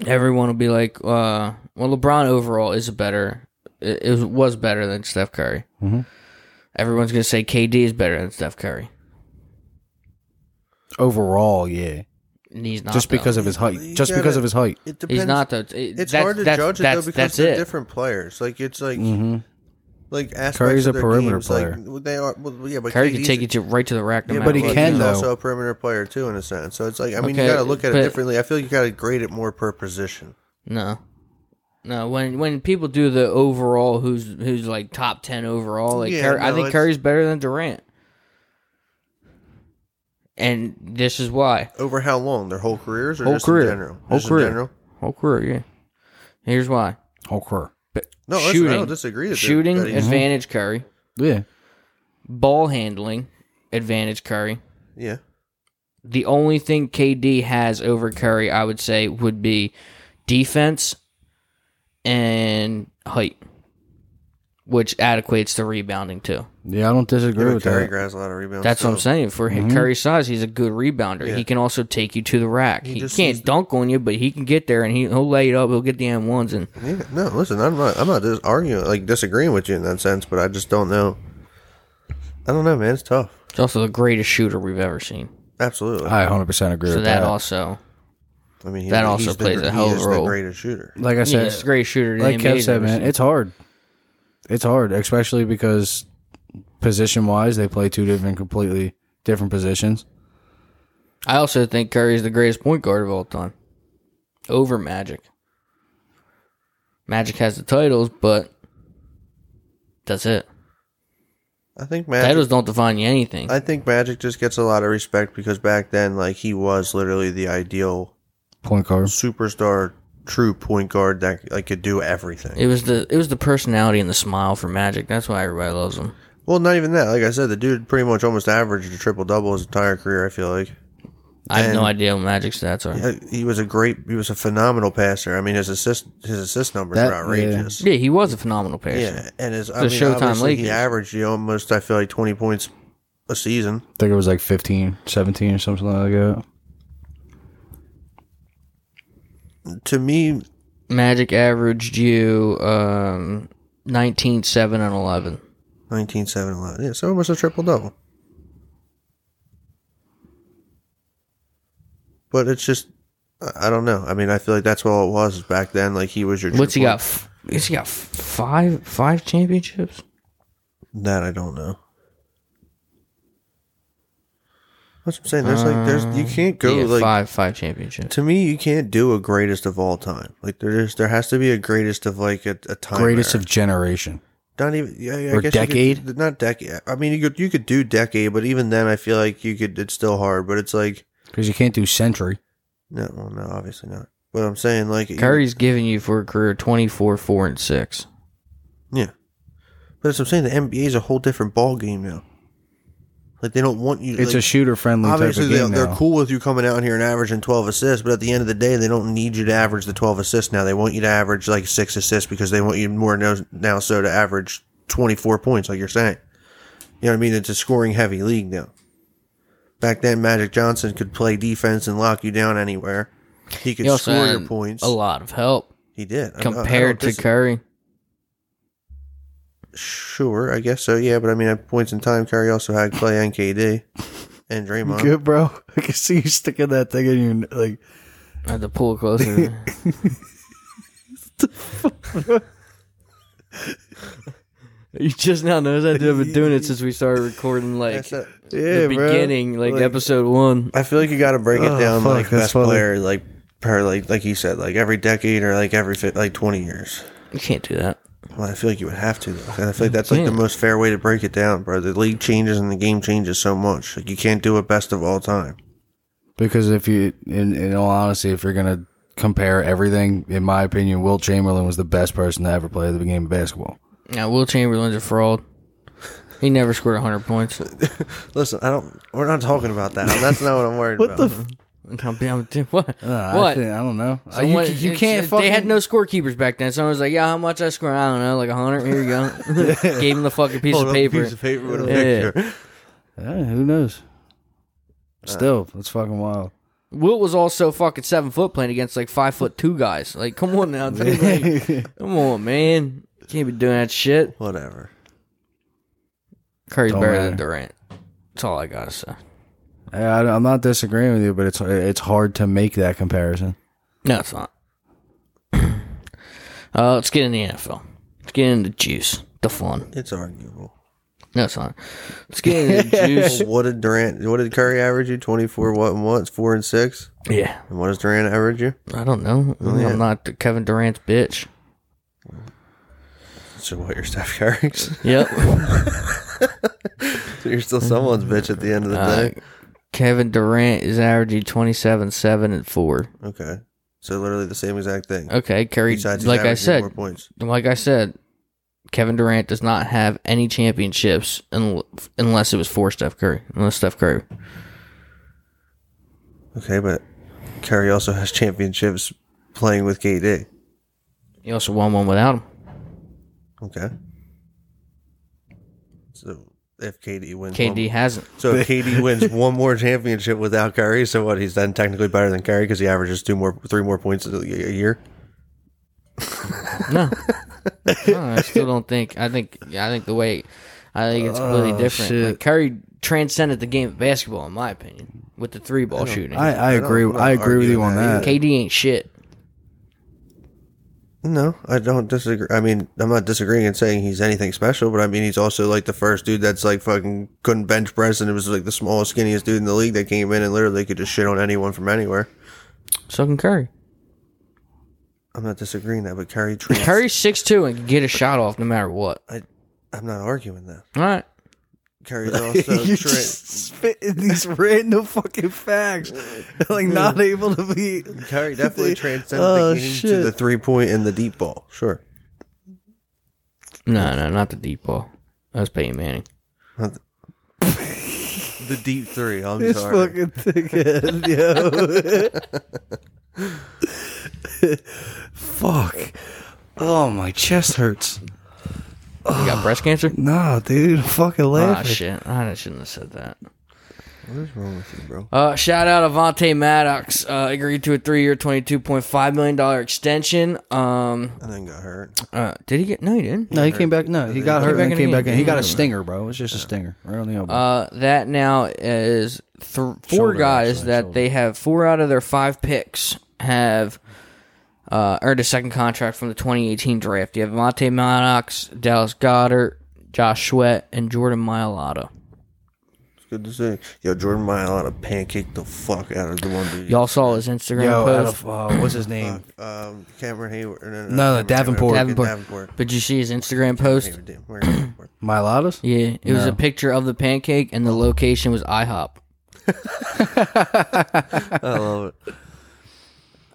[SPEAKER 2] everyone will be like, uh, "Well, LeBron overall is a better, it, it was better than Steph Curry."
[SPEAKER 4] Mm-hmm.
[SPEAKER 3] Mhm.
[SPEAKER 2] Everyone's gonna say KD is better than Steph Curry.
[SPEAKER 3] Overall, yeah.
[SPEAKER 2] And he's not
[SPEAKER 3] just
[SPEAKER 2] though.
[SPEAKER 3] because of his height. Just
[SPEAKER 4] gotta-
[SPEAKER 3] because of his height.
[SPEAKER 4] It depends.
[SPEAKER 2] he's not though. It-
[SPEAKER 4] It's
[SPEAKER 2] that's-
[SPEAKER 4] hard to
[SPEAKER 2] that's-
[SPEAKER 4] judge it though
[SPEAKER 2] that's-
[SPEAKER 4] because
[SPEAKER 2] that's
[SPEAKER 4] they're
[SPEAKER 2] it. Mm-hmm.
[SPEAKER 4] different players. Like it's like like aspects
[SPEAKER 3] Curry's
[SPEAKER 4] of
[SPEAKER 3] a
[SPEAKER 4] their
[SPEAKER 3] perimeter
[SPEAKER 4] games,
[SPEAKER 3] player.
[SPEAKER 4] Like, they are. Well, yeah, but
[SPEAKER 2] Curry can
[SPEAKER 4] KD's
[SPEAKER 2] take you to right to the rack. No
[SPEAKER 4] Yeah,
[SPEAKER 2] matter
[SPEAKER 3] but he
[SPEAKER 2] what.
[SPEAKER 3] can,
[SPEAKER 4] he's
[SPEAKER 3] though.
[SPEAKER 4] also a perimeter player too, in a sense. So it's like I mean,
[SPEAKER 2] Okay,
[SPEAKER 4] you got to look at
[SPEAKER 2] but-
[SPEAKER 4] it differently. I feel you got to grade it more per position.
[SPEAKER 2] No, no. When when people do the overall, who's who's like top ten overall? Like
[SPEAKER 4] Yeah,
[SPEAKER 2] Curry, I
[SPEAKER 4] no,
[SPEAKER 2] think
[SPEAKER 4] it's-
[SPEAKER 2] Curry's better than Durant, and this is why
[SPEAKER 4] Over how long? Their whole careers or
[SPEAKER 2] Whole
[SPEAKER 4] just
[SPEAKER 2] career.
[SPEAKER 4] in general?
[SPEAKER 2] Whole
[SPEAKER 4] Just
[SPEAKER 2] career.
[SPEAKER 4] In general?
[SPEAKER 2] whole career. Yeah, here's why.
[SPEAKER 3] Whole career.
[SPEAKER 4] No, listen, I
[SPEAKER 2] shooting,
[SPEAKER 4] don't disagree. With
[SPEAKER 2] shooting
[SPEAKER 4] That he-
[SPEAKER 2] advantage Curry,
[SPEAKER 3] Yeah.
[SPEAKER 2] ball handling advantage Curry.
[SPEAKER 4] yeah.
[SPEAKER 2] The only thing KD has over Curry, I would say, would be defense and height, which adequates to rebounding too.
[SPEAKER 3] Yeah, I don't disagree
[SPEAKER 4] But
[SPEAKER 3] with
[SPEAKER 4] Curry
[SPEAKER 3] that.
[SPEAKER 4] grabs a lot of rebounds.
[SPEAKER 2] That's what I'm
[SPEAKER 4] so-
[SPEAKER 2] saying. For Curry's size, he's a good rebounder. He can also take you to the rack. He,
[SPEAKER 4] just
[SPEAKER 2] can't
[SPEAKER 4] needs
[SPEAKER 2] dunk on you, but he can get there and he, he'll lay it up. He'll get the M ones and
[SPEAKER 4] Yeah, no, listen, I'm not, I'm not dis- arguing, like disagreeing with you in that sense, but I just don't know. I don't know, man. It's tough.
[SPEAKER 2] he's also the greatest shooter we've ever seen.
[SPEAKER 4] Absolutely.
[SPEAKER 3] I 100% agree
[SPEAKER 2] So
[SPEAKER 3] with
[SPEAKER 2] that
[SPEAKER 3] that.
[SPEAKER 2] also,
[SPEAKER 4] I mean, he,
[SPEAKER 2] that also
[SPEAKER 4] he's the
[SPEAKER 2] plays
[SPEAKER 4] gr-
[SPEAKER 2] a hell
[SPEAKER 4] he
[SPEAKER 2] of a
[SPEAKER 4] is
[SPEAKER 2] role.
[SPEAKER 4] The greatest shooter.
[SPEAKER 3] like I
[SPEAKER 2] yeah,
[SPEAKER 3] said,
[SPEAKER 2] he's the greatest shooter.
[SPEAKER 3] like
[SPEAKER 2] the NBA's
[SPEAKER 3] Kev said,
[SPEAKER 2] ever
[SPEAKER 3] man,
[SPEAKER 2] seen.
[SPEAKER 3] it's hard. It's hard, especially because position wise, they play two different, completely different positions.
[SPEAKER 2] I also think Curry's the greatest point guard of all time, over Magic. Magic has the titles, but that's it.
[SPEAKER 4] I think Magic.
[SPEAKER 2] Titles don't define you anything.
[SPEAKER 4] I think Magic just gets a lot of respect because back then, like he was literally the ideal
[SPEAKER 3] Point guard.
[SPEAKER 4] superstar, true point guard that like could do everything.
[SPEAKER 2] it was the it was the personality and the smile for Magic. That's why everybody loves him.
[SPEAKER 4] Well, not even that. Like I said, the dude pretty much almost averaged a triple double his entire career. I feel like
[SPEAKER 2] I have no
[SPEAKER 4] And-
[SPEAKER 2] idea what Magic stats are.
[SPEAKER 4] Uh, he was a great, he was a phenomenal passer. I mean, his assist, his assist numbers
[SPEAKER 3] That-
[SPEAKER 4] were outrageous.
[SPEAKER 2] Yeah, he was a phenomenal passer.
[SPEAKER 4] Yeah, and his I
[SPEAKER 2] The
[SPEAKER 4] mean,
[SPEAKER 2] Showtime
[SPEAKER 4] obviously
[SPEAKER 2] Lakers.
[SPEAKER 4] he averaged you almost I feel like twenty points a season.
[SPEAKER 3] I think it was like 15, 17 or something like that.
[SPEAKER 4] To me,
[SPEAKER 2] Magic averaged you um, 19, 7, and 11.
[SPEAKER 4] nineteen seven eleven. Yeah, so almost a triple double. But it's just I I don't know. I mean, I feel like that's all it was back then. Like he was your.
[SPEAKER 2] What's he
[SPEAKER 4] triple-
[SPEAKER 2] got? F- Has he got f- five five championships?
[SPEAKER 4] That I don't know. That's what I'm saying. There's like there's you can't go
[SPEAKER 2] yeah,
[SPEAKER 4] like
[SPEAKER 2] five five championships.
[SPEAKER 4] to me you can't do a greatest of all time. Like there is there has to be a greatest of like a, a time
[SPEAKER 3] Greatest
[SPEAKER 4] era.
[SPEAKER 3] of generation.
[SPEAKER 4] Not even yeah, yeah, I
[SPEAKER 3] Or
[SPEAKER 4] guess you could-
[SPEAKER 3] decade?
[SPEAKER 4] not decade. I mean, you could you could do decade, but even then, I feel like you could. It's still hard, but it's like
[SPEAKER 3] Because you can't do century.
[SPEAKER 4] no, well, no, obviously not. But I'm saying like you-
[SPEAKER 2] Curry's giving you for a career 24, 4, and 6.
[SPEAKER 4] yeah. But that's what I'm saying. The NBA is a whole different ball game now. Like they don't want you.
[SPEAKER 3] It's
[SPEAKER 4] like,
[SPEAKER 3] a shooter friendly type
[SPEAKER 4] obviously
[SPEAKER 3] of
[SPEAKER 4] they,
[SPEAKER 3] game.
[SPEAKER 4] they're
[SPEAKER 3] now.
[SPEAKER 4] cool with you coming out here and averaging 12 assists, but at the end of the day, they don't need you to average the 12 assists now. They want you to average like six assists because they want you more now, now so to average 24 points, like you're saying. You know what I mean? It's a scoring heavy league now. Back then, Magic Johnson could play defense and lock you down anywhere. He could
[SPEAKER 2] He also
[SPEAKER 4] score your
[SPEAKER 2] had
[SPEAKER 4] points.
[SPEAKER 2] a lot of help
[SPEAKER 4] He did I- I- I don't
[SPEAKER 2] compared to
[SPEAKER 4] dis-
[SPEAKER 2] Curry.
[SPEAKER 4] Sure, I guess so. Yeah, but I mean, at points in time, Curry also had Clay and KD and Draymond.
[SPEAKER 3] Good, bro. I can see you sticking that thing in your like.
[SPEAKER 2] I had to pull it closer. you just now noticed I did have been doing it since we started recording like
[SPEAKER 4] That's it.
[SPEAKER 3] Yeah,
[SPEAKER 2] the beginning, like, episode one.
[SPEAKER 4] I feel like you got to break it
[SPEAKER 3] Oh,
[SPEAKER 4] down
[SPEAKER 3] fuck,
[SPEAKER 4] like
[SPEAKER 3] that's
[SPEAKER 4] best
[SPEAKER 3] funny.
[SPEAKER 4] player, like per like like you said, like every decade or like every fi- like twenty years.
[SPEAKER 2] You can't do that.
[SPEAKER 4] Well, I feel like you would have to. Though. And I feel like that's like the
[SPEAKER 2] can't.
[SPEAKER 4] most fair way to break it down, bro. The league changes and the game changes so much. Like you can't do it best of all time.
[SPEAKER 3] Because if you, in, in all honesty, if you're gonna compare everything, in my opinion, Wilt Chamberlain was the best person to ever play the game of basketball.
[SPEAKER 2] Now, Will Chamberlain's a fraud. He never scored 100 points.
[SPEAKER 4] Listen, I don't. We're not talking about that. That's not what I'm worried about. What the?
[SPEAKER 2] I'm- I'm- what?
[SPEAKER 3] Uh, I,
[SPEAKER 2] what?
[SPEAKER 3] think- I don't know. Uh,
[SPEAKER 2] Someone-
[SPEAKER 3] you, you
[SPEAKER 2] it's-
[SPEAKER 3] can't.
[SPEAKER 2] They
[SPEAKER 3] Fucking,
[SPEAKER 2] had no scorekeepers back then. Someone was like, "Yeah, how much I score? I don't know, like a hundred. Here you go." Gave him the fucking piece of paper.
[SPEAKER 4] piece of paper with a
[SPEAKER 2] Yeah.
[SPEAKER 4] picture.
[SPEAKER 3] Yeah, who knows? Still, that's fucking wild.
[SPEAKER 2] Wilt was also fucking seven foot playing against like five foot two guys. Like, come on now, dude. Like, come on, man. Can't be doing that shit.
[SPEAKER 4] Whatever.
[SPEAKER 2] Curry's
[SPEAKER 3] Don't
[SPEAKER 2] better than
[SPEAKER 3] matter.
[SPEAKER 2] Durant. That's all I gotta say.
[SPEAKER 3] I, I'm not disagreeing with you, but it's it's hard to make that comparison.
[SPEAKER 2] No, it's not. uh, let's get in the NFL. Let's get into juice, the fun.
[SPEAKER 4] It's arguable.
[SPEAKER 2] No, it's not. Let's get into the juice.
[SPEAKER 4] What did Durant? What did Curry average you? Twenty four. What and what? It's four and six.
[SPEAKER 2] Yeah,
[SPEAKER 4] And what does Durant average you?
[SPEAKER 2] I don't know.
[SPEAKER 4] yeah.
[SPEAKER 2] I'm not Kevin Durant's bitch.
[SPEAKER 4] So what? Your Steph Curry's.
[SPEAKER 2] Yep.
[SPEAKER 4] so
[SPEAKER 2] Mm-hmm.
[SPEAKER 4] you're still someone's bitch at the end of the
[SPEAKER 2] Uh,
[SPEAKER 4] day.
[SPEAKER 2] Kevin Durant is averaging 27, 7, and 4.
[SPEAKER 4] Okay. So literally the same exact thing.
[SPEAKER 2] Okay, Curry,
[SPEAKER 4] Besides he's
[SPEAKER 2] like I
[SPEAKER 4] averaging
[SPEAKER 2] said,
[SPEAKER 4] more points.
[SPEAKER 2] like I said, Kevin Durant does not have any championships un- unless it was for Steph Curry. Unless Steph Curry.
[SPEAKER 4] Okay, but Curry also has championships playing with KD.
[SPEAKER 2] He also won one without him.
[SPEAKER 4] Okay. So if KD wins,
[SPEAKER 2] KD
[SPEAKER 4] One,
[SPEAKER 2] hasn't.
[SPEAKER 4] so if KD wins one more championship without Curry, so what? He's then technically better than Curry because he averages two more, three more points a a year.
[SPEAKER 2] No. No, I still don't think. I think. I think the way. I think it's completely different. Like Curry transcended the game of basketball, in my opinion, with the three ball shooting.
[SPEAKER 3] I, I
[SPEAKER 4] don't-
[SPEAKER 3] agree.
[SPEAKER 4] I'm not
[SPEAKER 3] I agree with you
[SPEAKER 4] arguing
[SPEAKER 3] on
[SPEAKER 4] that
[SPEAKER 3] that.
[SPEAKER 2] KD ain't shit.
[SPEAKER 4] No, I don't disagree. I mean, I'm not disagreeing and saying he's anything special, but I mean, he's also like the first dude that's like fucking couldn't bench press and it was like the smallest, skinniest dude in the league that came in and literally could just shit on anyone from anywhere.
[SPEAKER 2] So can Curry.
[SPEAKER 4] I'm not disagreeing that, but Curry. Trans-
[SPEAKER 2] Curry's six two and can get a shot off no matter what.
[SPEAKER 4] I, I'm not arguing that.
[SPEAKER 2] All right.
[SPEAKER 4] Curry's also.
[SPEAKER 3] You're
[SPEAKER 4] tra-
[SPEAKER 3] just spitting these random fucking facts, like not able to be.
[SPEAKER 4] Curry definitely transcended
[SPEAKER 3] Oh,
[SPEAKER 4] the game to
[SPEAKER 3] shit.
[SPEAKER 4] the three point and the deep ball. Sure.
[SPEAKER 2] No, no, not the deep ball. That was Peyton Manning.
[SPEAKER 4] The deep three. I'm
[SPEAKER 3] This
[SPEAKER 4] sorry.
[SPEAKER 3] fucking dickhead, yo. Fuck. Oh, my chest hurts.
[SPEAKER 2] You got breast cancer?
[SPEAKER 3] Nah, dude, I'm fucking
[SPEAKER 2] Ah,
[SPEAKER 3] laughing.
[SPEAKER 2] shit. I shouldn't have said that.
[SPEAKER 4] What is wrong with you, bro?
[SPEAKER 2] Uh, shout out Avante Maddox. Uh, agreed to a three-year, twenty-two point five million dollar extension. Um,
[SPEAKER 4] And then got hurt.
[SPEAKER 2] uh, did he get? No, he didn't.
[SPEAKER 3] no, he came back. No, he got
[SPEAKER 2] Came
[SPEAKER 3] hurt
[SPEAKER 2] back
[SPEAKER 3] and
[SPEAKER 2] in
[SPEAKER 3] came
[SPEAKER 2] again.
[SPEAKER 3] back in. He got
[SPEAKER 2] Yeah.
[SPEAKER 3] a stinger, bro. It was just a stinger right on the elbow.
[SPEAKER 2] Uh, that now is th- four
[SPEAKER 3] Shoulder,
[SPEAKER 2] guys
[SPEAKER 3] actually,
[SPEAKER 2] that
[SPEAKER 3] shoulder.
[SPEAKER 2] they have four out of their five picks have uh, earned a second contract from the 2018 draft. You have Monte Maddox, Dallas Goddard, Josh Sweat, and Jordan Mailata.
[SPEAKER 4] It's good to see. Yo, Jordan Mailata pancaked the fuck out of the one dude.
[SPEAKER 2] Y'all saw his Instagram
[SPEAKER 3] Yo, out
[SPEAKER 2] post.
[SPEAKER 3] of, uh, what's his name?
[SPEAKER 4] um, Cameron Hayward. No, no,
[SPEAKER 3] No, no,
[SPEAKER 4] Cameron
[SPEAKER 3] Davenport.
[SPEAKER 4] Hayward.
[SPEAKER 2] Davenport.
[SPEAKER 4] Davenport.
[SPEAKER 2] But did you see his Instagram post?
[SPEAKER 4] Hayward, damn, where Davenport?
[SPEAKER 3] Milatus?
[SPEAKER 2] Yeah, it was a
[SPEAKER 3] No.
[SPEAKER 2] picture of the pancake, and the location was IHOP.
[SPEAKER 4] I love it.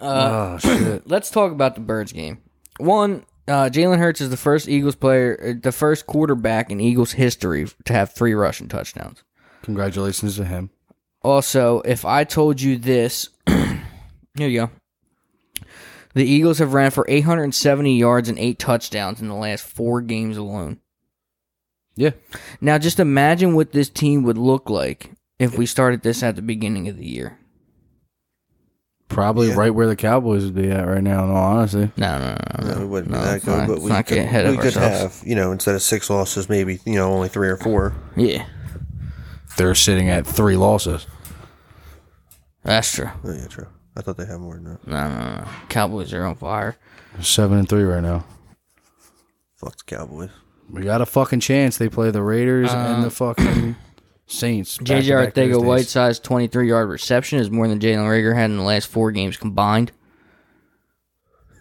[SPEAKER 3] oh shit!
[SPEAKER 2] Let's talk about the Birds game. One, uh, Jalen Hurts is the first Eagles player, uh, the first quarterback in Eagles history to have three rushing touchdowns.
[SPEAKER 3] Congratulations to him.
[SPEAKER 2] Also, if I told you this, here you go. The Eagles have ran for 870 yards and eight touchdowns in the last four games alone.
[SPEAKER 3] Yeah,
[SPEAKER 2] Now, just imagine what this team would look like if we started this at the beginning of the year.
[SPEAKER 3] probably
[SPEAKER 4] Yeah.
[SPEAKER 3] right where the Cowboys would be at right now. In all honesty,
[SPEAKER 2] No, no, no, no.
[SPEAKER 4] No, we wouldn't
[SPEAKER 2] no,
[SPEAKER 4] be that
[SPEAKER 2] it's
[SPEAKER 4] good,
[SPEAKER 2] not-
[SPEAKER 4] but
[SPEAKER 2] it's
[SPEAKER 4] we
[SPEAKER 2] not
[SPEAKER 4] could,
[SPEAKER 2] getting ahead
[SPEAKER 4] we
[SPEAKER 2] of
[SPEAKER 4] could
[SPEAKER 2] ourselves.
[SPEAKER 4] have, you know, instead of six losses, maybe, you know, only three or four.
[SPEAKER 2] yeah,
[SPEAKER 3] they're sitting at three losses.
[SPEAKER 2] that's true.
[SPEAKER 4] Oh, yeah, true. I thought they had more than that.
[SPEAKER 2] No, no, no. Cowboys are on fire.
[SPEAKER 3] Seven and three right now.
[SPEAKER 4] Fuck the Cowboys.
[SPEAKER 3] We got a fucking chance. They play the Raiders and the
[SPEAKER 2] Uh,
[SPEAKER 3] fucking
[SPEAKER 2] JJ
[SPEAKER 3] Saints. back-to-back
[SPEAKER 2] Ortega
[SPEAKER 3] Thursdays.
[SPEAKER 2] Whiteside's 23 yard reception is more than Jalen Rager had in the last four games combined.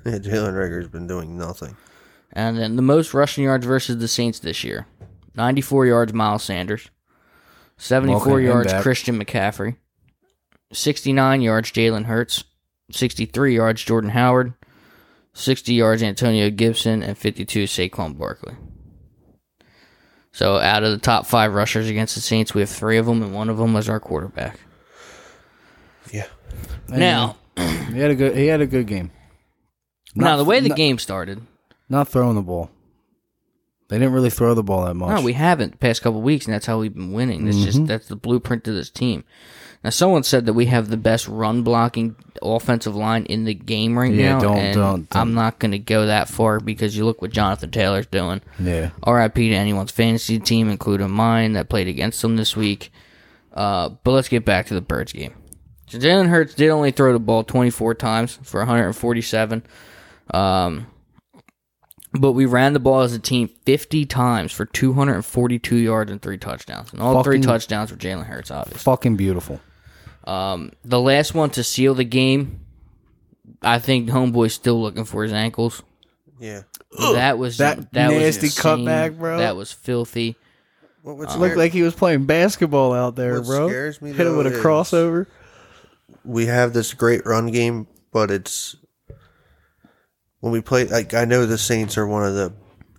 [SPEAKER 4] Yeah, Jalen Rager's been doing nothing.
[SPEAKER 2] And then the most rushing yards versus the Saints this year 94 yards, Miles Sanders. 74
[SPEAKER 3] Welcome him
[SPEAKER 2] yards,
[SPEAKER 3] back.
[SPEAKER 2] Christian McCaffrey. 69 yards, Jalen Hurts. 63 yards, Jordan Howard. 60 yards, Antonio Gibson. And 52, Saquon Barkley. So out of the top five rushers against the Saints, we have three of them, and one of them was our quarterback.
[SPEAKER 4] Yeah.
[SPEAKER 2] Now,
[SPEAKER 3] he had a good. He had a good game.
[SPEAKER 2] now the way the game started.
[SPEAKER 3] Not throwing the ball. They didn't really throw the ball that much. Mm-hmm.
[SPEAKER 2] No, we haven't the past couple weeks, and that's how we've been winning. It's just that's the blueprint to this team. Now, someone said that we have the best run blocking offensive line in the game right
[SPEAKER 3] Yeah,
[SPEAKER 2] now.
[SPEAKER 3] don't-
[SPEAKER 2] and
[SPEAKER 3] don't- don't.
[SPEAKER 2] I'm not going to go that far because you look what Jonathan Taylor's doing.
[SPEAKER 3] yeah.
[SPEAKER 2] RIP to anyone's fantasy team, including mine, that played against them this week. Uh, but let's get back to the Birds game. So Jalen Hurts did only throw the ball 24 times for 147. Um, but we ran the ball as a team 50 times for 242 yards and three touchdowns. And all three
[SPEAKER 3] Fucking-
[SPEAKER 2] touchdowns were Jalen Hurts, obviously.
[SPEAKER 3] Fucking beautiful.
[SPEAKER 2] Um, the last one to seal the game, I think Homeboy's still looking for his ankles.
[SPEAKER 4] Yeah.
[SPEAKER 2] that was
[SPEAKER 3] that
[SPEAKER 2] was
[SPEAKER 3] nasty
[SPEAKER 2] insane.
[SPEAKER 3] cutback, bro.
[SPEAKER 2] That was filthy.
[SPEAKER 4] What, what's
[SPEAKER 2] Uh,
[SPEAKER 3] Looked like he was playing basketball out there,
[SPEAKER 4] What
[SPEAKER 3] bro.
[SPEAKER 4] scares me,
[SPEAKER 3] Hit him
[SPEAKER 4] though,
[SPEAKER 3] with a
[SPEAKER 4] is-
[SPEAKER 3] crossover.
[SPEAKER 4] we have this great run game, but it's when we play. Like I know the Saints are one of the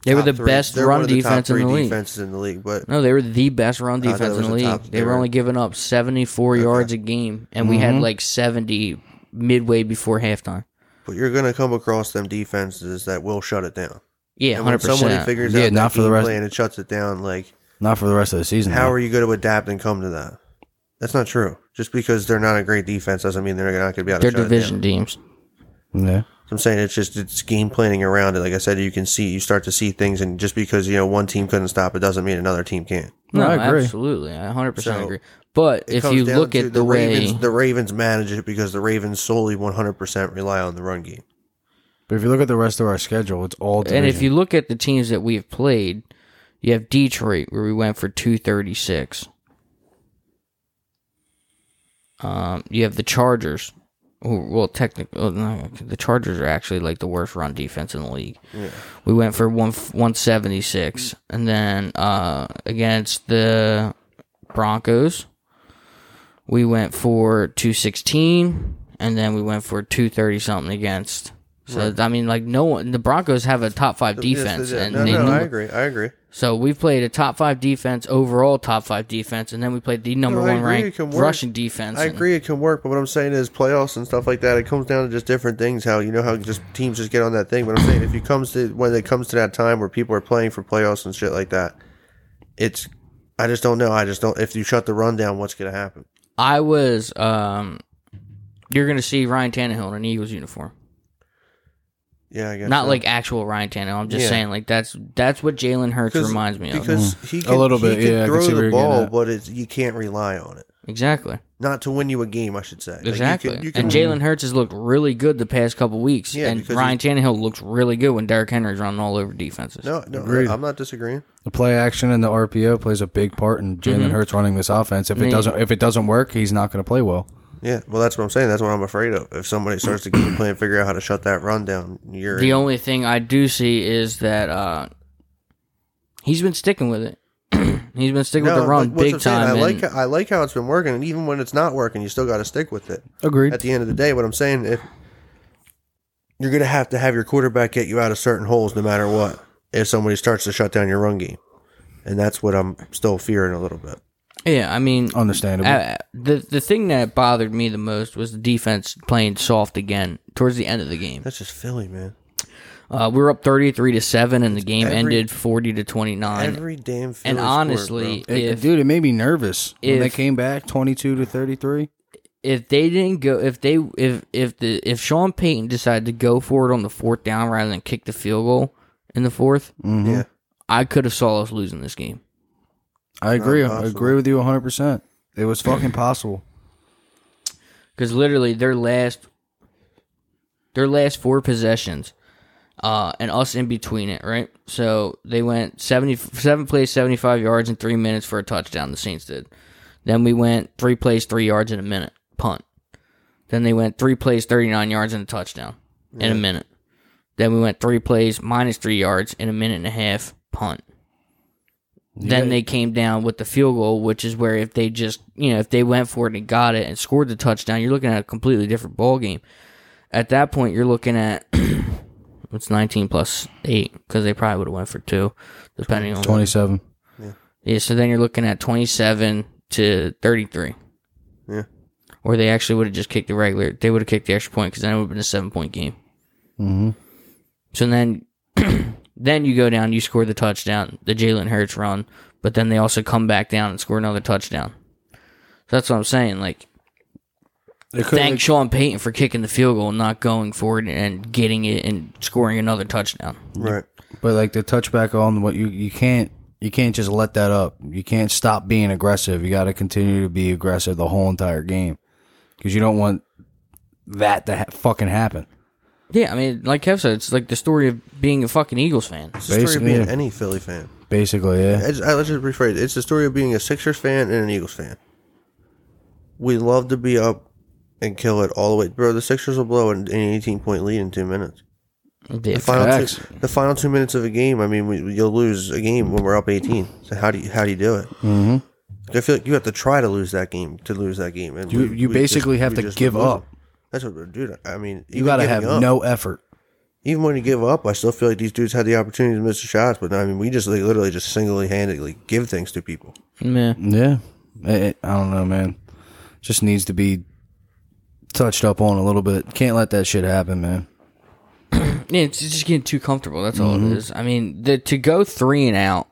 [SPEAKER 2] They were
[SPEAKER 4] top
[SPEAKER 2] the
[SPEAKER 4] three-
[SPEAKER 2] best
[SPEAKER 4] they're one
[SPEAKER 2] run
[SPEAKER 4] of the top
[SPEAKER 2] defense in
[SPEAKER 4] three
[SPEAKER 2] the league.
[SPEAKER 4] Defenses in the league, but
[SPEAKER 2] No, they were the best run
[SPEAKER 4] thought
[SPEAKER 2] defense in
[SPEAKER 4] it was
[SPEAKER 2] the
[SPEAKER 4] the
[SPEAKER 2] league.
[SPEAKER 4] top
[SPEAKER 2] they were
[SPEAKER 4] three. Mm-hmm.
[SPEAKER 2] only giving up 74 yards a game, and we had like 70 midway before halftime.
[SPEAKER 4] but you're gonna come across them defenses that will shut it down.
[SPEAKER 2] Yeah,
[SPEAKER 4] And when
[SPEAKER 2] 100%.
[SPEAKER 4] somebody figures
[SPEAKER 3] Yeah,
[SPEAKER 4] out
[SPEAKER 3] not
[SPEAKER 4] that
[SPEAKER 3] for the
[SPEAKER 4] game
[SPEAKER 3] rest-
[SPEAKER 4] plan and shuts it down, like
[SPEAKER 3] Not for the rest of the season.
[SPEAKER 4] how
[SPEAKER 3] though.
[SPEAKER 4] are you going to adapt and come to that? That's not true. Just because they're not a great defense doesn't mean they're not going to be out.
[SPEAKER 2] They're division teams.
[SPEAKER 3] Yeah.
[SPEAKER 4] I'm saying it's just it's game planning around it. Like I said, you can see you start to see things, and just because you know one team couldn't stop it doesn't mean another team can't.
[SPEAKER 3] No, I agree.
[SPEAKER 2] Absolutely. I 100%
[SPEAKER 4] So,
[SPEAKER 2] agree. But
[SPEAKER 4] It
[SPEAKER 2] if
[SPEAKER 4] comes
[SPEAKER 2] you
[SPEAKER 4] down
[SPEAKER 2] look
[SPEAKER 4] to
[SPEAKER 2] at the, way
[SPEAKER 4] Ravens, the Ravens manage it because the Ravens solely 100% rely on the run game.
[SPEAKER 3] But if you look at the rest of our schedule, it's all division.
[SPEAKER 2] And if you look at the teams that we've played, you have Detroit where we went for 236. Um, you have the Chargers. who- Well, technically, the Chargers are actually like the worst run defense in the league. We went for one one seventy six, and then uh, against the Broncos, we went for two sixteen, and then we went for two thirty something against. So I mean, like no one, the Broncos have a top five defense,
[SPEAKER 4] Yes,
[SPEAKER 2] and
[SPEAKER 4] no,
[SPEAKER 2] they
[SPEAKER 4] no,
[SPEAKER 2] knew
[SPEAKER 4] I
[SPEAKER 2] it.
[SPEAKER 4] agree. I agree.
[SPEAKER 2] So we've played a top five defense overall, top five defense, and then we played the number
[SPEAKER 4] No, I
[SPEAKER 2] one
[SPEAKER 4] agree,
[SPEAKER 2] ranked
[SPEAKER 4] it can work.
[SPEAKER 2] rushing defense.
[SPEAKER 4] I
[SPEAKER 2] and-
[SPEAKER 4] agree it can work, but what I'm saying is playoffs and stuff like that. It comes down to just different things. How you know how just teams just get on that thing. But I'm saying if it comes to when it comes to that time where people are playing for playoffs and shit like that, it's I just don't know. I just don't. If you shut the run down, what's gonna happen?
[SPEAKER 2] I was. Um, you're gonna see Ryan Tannehill in an Eagles uniform,
[SPEAKER 4] Yeah, I guess
[SPEAKER 2] not
[SPEAKER 4] so.
[SPEAKER 2] like actual Ryan Tannehill. I'm just
[SPEAKER 4] Yeah.
[SPEAKER 2] saying, like that's that's what Jalen Hurts
[SPEAKER 4] 'Cause-
[SPEAKER 2] reminds me of.
[SPEAKER 4] because he can,
[SPEAKER 3] Mm. little
[SPEAKER 4] he
[SPEAKER 3] bit,
[SPEAKER 4] can
[SPEAKER 3] yeah, I can
[SPEAKER 4] throw
[SPEAKER 3] see where
[SPEAKER 4] the
[SPEAKER 3] you're getting
[SPEAKER 4] ball,
[SPEAKER 3] at.
[SPEAKER 4] but it's you can't rely on it.
[SPEAKER 2] Exactly,
[SPEAKER 4] Not to win you a game, I should say. Like, you
[SPEAKER 2] exactly.
[SPEAKER 4] can- you
[SPEAKER 2] and
[SPEAKER 4] can-
[SPEAKER 2] Jalen Hurts has looked really good the past couple weeks,
[SPEAKER 4] Yeah,
[SPEAKER 2] and
[SPEAKER 4] because
[SPEAKER 2] Ryan Tannehill looks really good when Derrick Henry's running all over defenses.
[SPEAKER 4] No, no,
[SPEAKER 3] Agreed.
[SPEAKER 4] I'm not disagreeing.
[SPEAKER 3] the play action and the RPO plays a big part in Jalen
[SPEAKER 2] Mm-hmm.
[SPEAKER 3] Hurts running this offense. If it
[SPEAKER 2] Me.
[SPEAKER 3] doesn't, if it doesn't work, he's not going to play well.
[SPEAKER 4] Yeah, well, that's what I'm saying. That's what I'm afraid of. If somebody starts to game plan, figure out how to shut that run down, you're
[SPEAKER 2] The only thing I do see is that uh, he's been sticking with it. he's been sticking with the run
[SPEAKER 4] like, what's
[SPEAKER 2] big
[SPEAKER 4] I'm saying,
[SPEAKER 2] time.
[SPEAKER 4] I
[SPEAKER 2] and-
[SPEAKER 4] like how- I like how it's been working, and even when it's not working, you still got to stick with it.
[SPEAKER 3] Agreed.
[SPEAKER 4] At the end of the day, what I'm saying, if you're going to have to have your quarterback get you out of certain holes, no matter what, if somebody starts to shut down your run game, and that's what I'm still fearing a little bit.
[SPEAKER 2] yeah, I mean,
[SPEAKER 3] Understandable.
[SPEAKER 2] uh, the the thing that bothered me the most was the defense playing soft again towards the end of the game.
[SPEAKER 4] That's just Philly, man.
[SPEAKER 2] Uh, we were up thirty three to seven, and the game
[SPEAKER 4] every-
[SPEAKER 2] ended forty to twenty nine.
[SPEAKER 4] Every damn Philly
[SPEAKER 2] And
[SPEAKER 4] sport,
[SPEAKER 2] honestly,
[SPEAKER 4] bro.
[SPEAKER 3] It-
[SPEAKER 2] if
[SPEAKER 3] dude, it made me nervous when they
[SPEAKER 2] if-
[SPEAKER 3] came back twenty-two to thirty-three.
[SPEAKER 2] if they didn't go if they if if the if Sean Payton decided to go for it on the fourth down rather than kick the field goal in the fourth,
[SPEAKER 4] yeah,
[SPEAKER 2] I could have saw us losing this game.
[SPEAKER 3] I agree. I
[SPEAKER 4] possible.
[SPEAKER 3] agree with you one hundred percent. It was fucking possible.
[SPEAKER 2] because literally their last their last four possessions uh and us in between it right so they went 77 plays 75 yards in three minutes for a touchdown the saints did then we went three plays three yards in a minute punt then they went three plays 39 yards and a touchdown in a minute then we went three plays minus three yards in a minute and a half punt then they came down with the field goal, which is where if they just you know if they went for it and got it and scored the touchdown, you're looking at a completely different ball game. At that point, you're looking at it's 19 plus eight because they probably would have went for two, depending on
[SPEAKER 3] Twenty-seven.
[SPEAKER 2] yeah. So then you're looking at 27 to 33,
[SPEAKER 4] yeah.
[SPEAKER 2] or they actually would have just kicked the regular. They would have kicked the extra point because then it would have been a seven point game.
[SPEAKER 3] Mm-hmm.
[SPEAKER 2] So then, then you go down, you score the touchdown, the Jalen Hurts run, but then they also come back down and score another touchdown. So that's what I'm saying. Like,
[SPEAKER 3] It could.
[SPEAKER 2] thank Sean Payton for kicking the field goal, and not going for it and getting it and scoring another touchdown.
[SPEAKER 4] Right.
[SPEAKER 3] But like the touchback on what you you can't you can't just let that up. You can't stop being aggressive. You got to continue to be aggressive the whole entire game because you don't want that to ha- fucking happen.
[SPEAKER 2] Yeah, I mean, like Kev said, it's like the story of being a fucking Eagles fan.
[SPEAKER 4] It's the story of being
[SPEAKER 3] Basically.
[SPEAKER 4] any Philly fan.
[SPEAKER 3] Basically, yeah.
[SPEAKER 4] It's, I, let's just rephrase. it. It's the story of being a Sixers fan and an Eagles fan. We love to be up and kill it all the way, bro. The Sixers will blow an, an eighteen point lead in two minutes.
[SPEAKER 2] Yeah,
[SPEAKER 4] The final
[SPEAKER 3] facts.
[SPEAKER 4] two, the final two minutes of a game. I mean, we, you'll lose a game when we're up eighteen. So how do you how do you do it? Mm-hmm. I feel like you have to try to lose that game to lose that game. And
[SPEAKER 3] You-
[SPEAKER 4] we-
[SPEAKER 3] you
[SPEAKER 4] we just-
[SPEAKER 3] basically have
[SPEAKER 4] we
[SPEAKER 3] to
[SPEAKER 4] just
[SPEAKER 3] give
[SPEAKER 4] lose it.
[SPEAKER 3] up.
[SPEAKER 4] That's what, we're dude. I mean,
[SPEAKER 3] You got to have
[SPEAKER 4] up,
[SPEAKER 3] no effort.
[SPEAKER 4] even when you give up, I still feel like these dudes had the opportunity to miss the shots, but I mean, we just like, literally just single handedly give things to people.
[SPEAKER 2] yeah.
[SPEAKER 3] Yeah. I- I I don't know, man. Just needs to be touched up on a little bit. Can't let that shit happen, man.
[SPEAKER 2] Yeah, it's just getting too comfortable. That's all
[SPEAKER 3] Mm-hmm.
[SPEAKER 2] it is. I mean, the, to go three and out,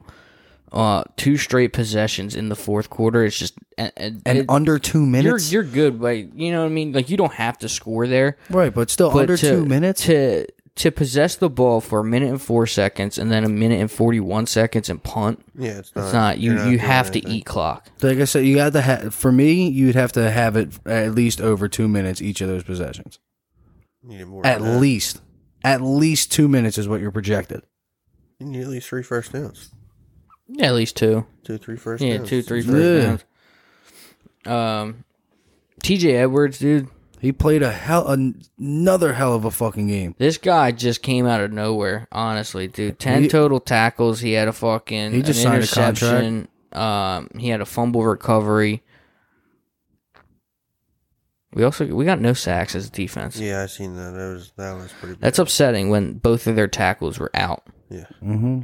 [SPEAKER 2] uh, two straight possessions in the fourth quarter, it's just and, and,
[SPEAKER 3] And
[SPEAKER 2] it-
[SPEAKER 3] under two
[SPEAKER 2] you're
[SPEAKER 3] minutes.
[SPEAKER 2] you're good, but you know what I mean. Like you don't have to score there.
[SPEAKER 3] right, but still
[SPEAKER 2] But
[SPEAKER 3] under
[SPEAKER 2] to-
[SPEAKER 3] two minutes.
[SPEAKER 2] to to possess the ball for a minute and four seconds, and then a minute and forty one seconds and punt.
[SPEAKER 4] Yeah, it's not.
[SPEAKER 2] It's not you.
[SPEAKER 4] you're not
[SPEAKER 2] you
[SPEAKER 4] doing
[SPEAKER 2] have to
[SPEAKER 4] anything.
[SPEAKER 2] eat clock.
[SPEAKER 3] Like I said, you got to have. For me, you'd have to have it at least over two minutes each of those possessions.
[SPEAKER 4] You need more
[SPEAKER 3] At
[SPEAKER 4] than that.
[SPEAKER 3] least, at least two minutes is what you're projected.
[SPEAKER 4] You need at least three first downs.
[SPEAKER 2] Yeah, at least two.
[SPEAKER 4] Two, three first
[SPEAKER 2] Yeah,
[SPEAKER 4] downs.
[SPEAKER 2] two, three
[SPEAKER 3] Yeah.
[SPEAKER 2] first downs. Um, T.J. Edwards, dude,
[SPEAKER 3] He played a hell an- another hell of a fucking game.
[SPEAKER 2] this guy just came out of nowhere. Honestly, dude, ten
[SPEAKER 3] He-
[SPEAKER 2] total tackles. He had a fucking
[SPEAKER 3] He just
[SPEAKER 2] an
[SPEAKER 3] signed a
[SPEAKER 2] interception. Um, he had a fumble recovery. We also we got no sacks as a defense.
[SPEAKER 4] Yeah, I seen that. That was that was pretty. Bad.
[SPEAKER 2] That's upsetting when both of their tackles were out.
[SPEAKER 4] yeah.
[SPEAKER 3] Mm-hmm.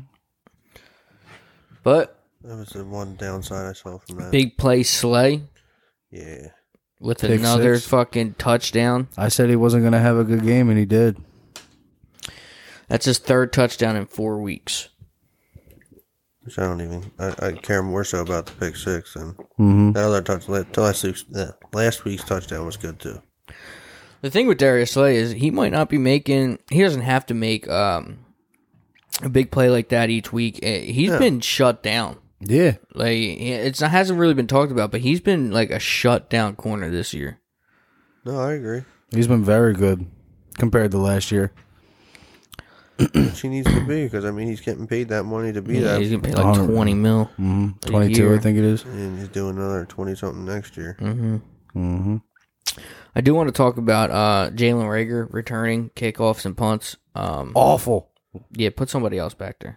[SPEAKER 2] But
[SPEAKER 4] That was the one downside I saw from that.
[SPEAKER 2] big play Slay
[SPEAKER 4] yeah,
[SPEAKER 2] with
[SPEAKER 3] Pick
[SPEAKER 2] another
[SPEAKER 3] six.
[SPEAKER 2] fucking touchdown.
[SPEAKER 3] I said he wasn't gonna have a good game, and he did.
[SPEAKER 2] That's his third touchdown in four weeks.
[SPEAKER 4] which I don't even. I, I care more so about the pick six and
[SPEAKER 3] Mm-hmm.
[SPEAKER 4] that other touch. That last week's yeah, last week's touchdown was good too.
[SPEAKER 2] The thing with Darius Slay is he might not be making. He doesn't have to make um, a big play like that each week. Eh, He's been shut down.
[SPEAKER 3] Yeah,
[SPEAKER 2] Like it's it hasn't really been talked about, but he's been like a shut down corner this year.
[SPEAKER 4] No, I agree.
[SPEAKER 3] he's been very good compared to last year.
[SPEAKER 4] Which he needs to be because I mean he's getting paid that money to be
[SPEAKER 2] Yeah,
[SPEAKER 4] that,
[SPEAKER 2] he's gonna pay like
[SPEAKER 3] 100.
[SPEAKER 2] twenty mil.
[SPEAKER 3] Mm-hmm.
[SPEAKER 2] A
[SPEAKER 3] Twenty-two, I
[SPEAKER 2] year.
[SPEAKER 3] think it is.
[SPEAKER 4] and he's doing another twenty something next year.
[SPEAKER 2] Mm-hmm.
[SPEAKER 3] Mm-hmm.
[SPEAKER 2] I do want to talk about uh, Jalen Rager returning kickoffs and punts. Um,
[SPEAKER 3] Oh. Awful.
[SPEAKER 2] Yeah, put somebody else back there.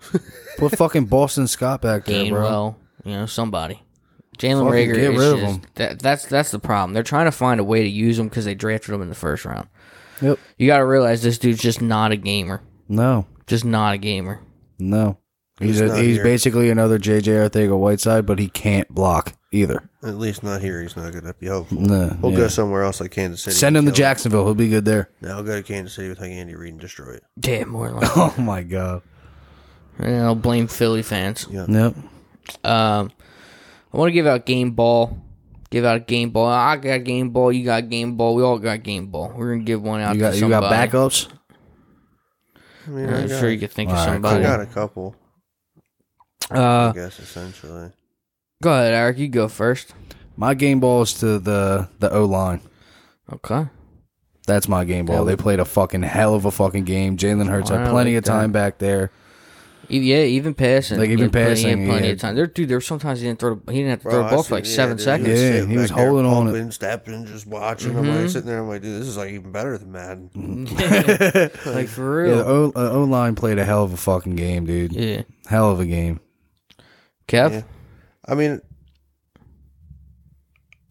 [SPEAKER 3] Put fucking Boston Scott back there, bro.
[SPEAKER 2] Gainwell, you know, somebody. Jalen
[SPEAKER 3] Fucking
[SPEAKER 2] Rager
[SPEAKER 3] get
[SPEAKER 2] is
[SPEAKER 3] rid of
[SPEAKER 2] just-
[SPEAKER 3] him.
[SPEAKER 2] that, that's that's the problem. They're trying to find a way to use him because they drafted him in the first round.
[SPEAKER 3] Yep.
[SPEAKER 2] You got to realize this dude's just not a gamer.
[SPEAKER 3] No,
[SPEAKER 2] Just not a gamer.
[SPEAKER 3] no. He's
[SPEAKER 4] He's
[SPEAKER 3] a,
[SPEAKER 4] not
[SPEAKER 3] he's
[SPEAKER 4] here.
[SPEAKER 3] basically another JJ Arthega Whiteside, but he can't block either.
[SPEAKER 2] Mm-hmm.
[SPEAKER 4] At least not here. He's not going to be helpful.
[SPEAKER 3] No,
[SPEAKER 4] He'll
[SPEAKER 3] Mm-hmm. yeah.
[SPEAKER 4] go somewhere else like Kansas City.
[SPEAKER 3] Send him to
[SPEAKER 4] He'll-
[SPEAKER 3] Jacksonville. He'll be good there.
[SPEAKER 4] No, I'll go to Kansas City with like Andy Reid and destroy it.
[SPEAKER 2] Damn, more like.
[SPEAKER 3] Oh my god.
[SPEAKER 2] and I'll blame Philly fans.
[SPEAKER 3] Yep.
[SPEAKER 2] Um, I want to give out game ball. Give out a game ball. I got game ball. You got game ball. We all got game ball. We're gonna give one out.
[SPEAKER 3] You
[SPEAKER 2] to
[SPEAKER 3] got you got
[SPEAKER 2] somebody.
[SPEAKER 3] backups.
[SPEAKER 4] I mean, I
[SPEAKER 2] I'm
[SPEAKER 4] got,
[SPEAKER 2] sure you could think of
[SPEAKER 3] All right,
[SPEAKER 4] I
[SPEAKER 2] somebody.
[SPEAKER 4] got a couple.
[SPEAKER 2] Uh,
[SPEAKER 4] I guess essentially.
[SPEAKER 2] go ahead, Eric. You go first.
[SPEAKER 3] My game ball is to the the O line.
[SPEAKER 2] Okay.
[SPEAKER 3] That's my game ball. They played a fucking hell of a fucking game. Jalen Hurts
[SPEAKER 2] I
[SPEAKER 3] had
[SPEAKER 2] don't
[SPEAKER 3] plenty
[SPEAKER 2] like
[SPEAKER 3] of time
[SPEAKER 2] that.
[SPEAKER 3] back there.
[SPEAKER 2] E- Yeah, even passing.
[SPEAKER 3] Like,
[SPEAKER 2] he
[SPEAKER 3] even
[SPEAKER 2] had plenty- he had
[SPEAKER 3] passing,
[SPEAKER 2] plenty
[SPEAKER 3] yeah.
[SPEAKER 2] of time. There, dude, there were sometimes he didn't throw. The, he didn't have to throw the ball for like seven
[SPEAKER 3] was-
[SPEAKER 2] seconds. Mm-hmm.
[SPEAKER 3] Yeah, he was holding on it.
[SPEAKER 4] it, stepping, just watching. I'm like sitting there. I'm like, dude, this is like even better than Madden.
[SPEAKER 3] Mm-hmm.
[SPEAKER 2] like for
[SPEAKER 3] Yeah, the
[SPEAKER 2] real.
[SPEAKER 3] O uh, O line played a hell of a fucking game, dude.
[SPEAKER 2] Yeah.
[SPEAKER 3] Hell of a game.
[SPEAKER 2] Kev.
[SPEAKER 4] Yeah. I mean,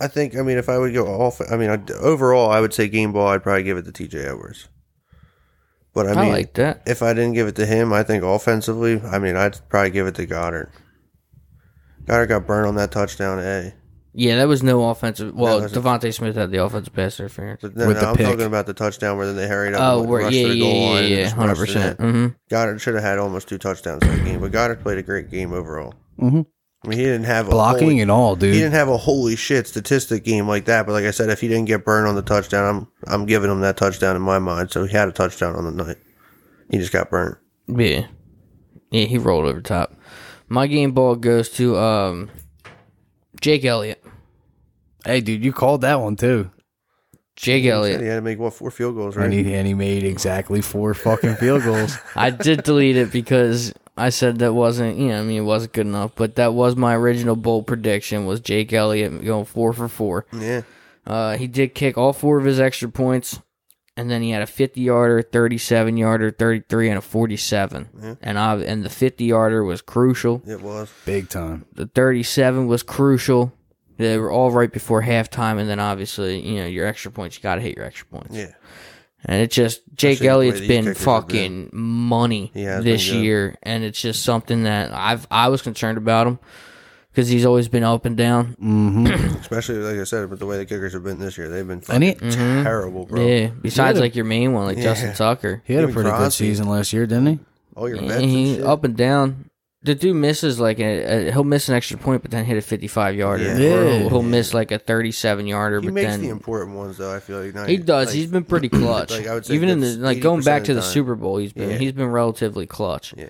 [SPEAKER 4] I think. I mean, if I would go off, I mean, I'd, overall, I would say game ball. I'd probably give it to T.J. Edwards. But I
[SPEAKER 2] I,
[SPEAKER 4] mean,
[SPEAKER 2] like that.
[SPEAKER 4] if I didn't give it to him, I think offensively, I mean, I'd probably give it to Goddard. Goddard got burned on that touchdown A.
[SPEAKER 2] Yeah, that was no offensive. Well,
[SPEAKER 4] was a-
[SPEAKER 2] Devontae Smith had the offensive pass interference.
[SPEAKER 4] But no,
[SPEAKER 3] With
[SPEAKER 4] no,
[SPEAKER 3] the
[SPEAKER 4] I'm
[SPEAKER 3] pick.
[SPEAKER 4] talking about the touchdown where then they hurried up.
[SPEAKER 2] Oh,
[SPEAKER 4] and
[SPEAKER 2] we're,
[SPEAKER 4] rushed
[SPEAKER 2] yeah,
[SPEAKER 4] to the goal
[SPEAKER 2] yeah,
[SPEAKER 4] line and
[SPEAKER 2] yeah, yeah,
[SPEAKER 4] just rushed
[SPEAKER 2] hundred
[SPEAKER 4] it
[SPEAKER 2] percent.
[SPEAKER 4] in.
[SPEAKER 2] Mm-hmm.
[SPEAKER 4] Goddard should have had almost two touchdowns in that game, but Goddard played a great game overall.
[SPEAKER 2] Mm-hmm.
[SPEAKER 3] Mhm.
[SPEAKER 4] I mean, he didn't have a
[SPEAKER 3] Blocking
[SPEAKER 4] holy-
[SPEAKER 3] and all, dude.
[SPEAKER 4] He didn't have a holy shit statistic game like that, but like I said, if he didn't get burned on the touchdown, I'm I'm giving him that touchdown in my mind. So he had a touchdown on the night. He just got burnt.
[SPEAKER 2] Yeah, yeah, he rolled over top. My game ball goes to um, Jake Elliott.
[SPEAKER 3] Hey, dude, you called that one too.
[SPEAKER 2] Jake
[SPEAKER 4] Said
[SPEAKER 2] Elliott.
[SPEAKER 4] he had to make what four field goals, right?
[SPEAKER 3] And he, and he made exactly four fucking field goals.
[SPEAKER 2] I did delete it because I said that wasn't, you know, I mean, it wasn't good enough. But that was my original bold prediction was Jake Elliott going four for four.
[SPEAKER 4] yeah.
[SPEAKER 2] Uh, he did kick all four of his extra points, and then he had a 50 yarder, 37 yarder, 33, and a 47. And I and the 50 yarder was crucial.
[SPEAKER 4] It was.
[SPEAKER 3] Big time.
[SPEAKER 2] The 37 was crucial. They were all right before halftime, and then obviously, you know, your extra points. You gotta hit your extra points.
[SPEAKER 4] Yeah.
[SPEAKER 2] And it's just Jake
[SPEAKER 4] Especially the way
[SPEAKER 2] Elliott's
[SPEAKER 4] these
[SPEAKER 2] been
[SPEAKER 4] kickers have
[SPEAKER 2] fucking money
[SPEAKER 4] He has
[SPEAKER 2] this
[SPEAKER 4] been good.
[SPEAKER 2] year, and it's just something that I've I was concerned about him because he's always been up and down.
[SPEAKER 4] Especially like I said, but the way the kickers have been this year, they've been
[SPEAKER 3] And
[SPEAKER 4] fucking
[SPEAKER 3] he,
[SPEAKER 4] terrible, bro.
[SPEAKER 2] Mm-hmm. Yeah. Besides, like your main one, like Justin Tucker.
[SPEAKER 3] he had a
[SPEAKER 4] Even
[SPEAKER 3] pretty good
[SPEAKER 4] Crosby.
[SPEAKER 3] season last year, didn't he?
[SPEAKER 4] All your
[SPEAKER 2] Yeah,
[SPEAKER 4] bets and
[SPEAKER 2] he
[SPEAKER 4] shit.
[SPEAKER 2] up and down. The dude misses like a, a he'll miss an extra point, but then hit a fifty-five yarder.
[SPEAKER 4] Yeah.
[SPEAKER 2] Or he'll,
[SPEAKER 3] Yeah.
[SPEAKER 2] he'll miss like a thirty-seven yarder,
[SPEAKER 4] He
[SPEAKER 2] but
[SPEAKER 4] makes
[SPEAKER 2] then
[SPEAKER 4] the important ones though. I feel like not
[SPEAKER 2] he does.
[SPEAKER 4] like-
[SPEAKER 2] he's been pretty clutch.
[SPEAKER 4] like, I would say
[SPEAKER 2] Even in the
[SPEAKER 4] that's
[SPEAKER 2] like going
[SPEAKER 4] 80%
[SPEAKER 2] back
[SPEAKER 4] of
[SPEAKER 2] to
[SPEAKER 4] the
[SPEAKER 2] the
[SPEAKER 4] time.
[SPEAKER 2] Super Bowl, he's been
[SPEAKER 4] Yeah.
[SPEAKER 2] he's been relatively clutch.
[SPEAKER 4] Yeah.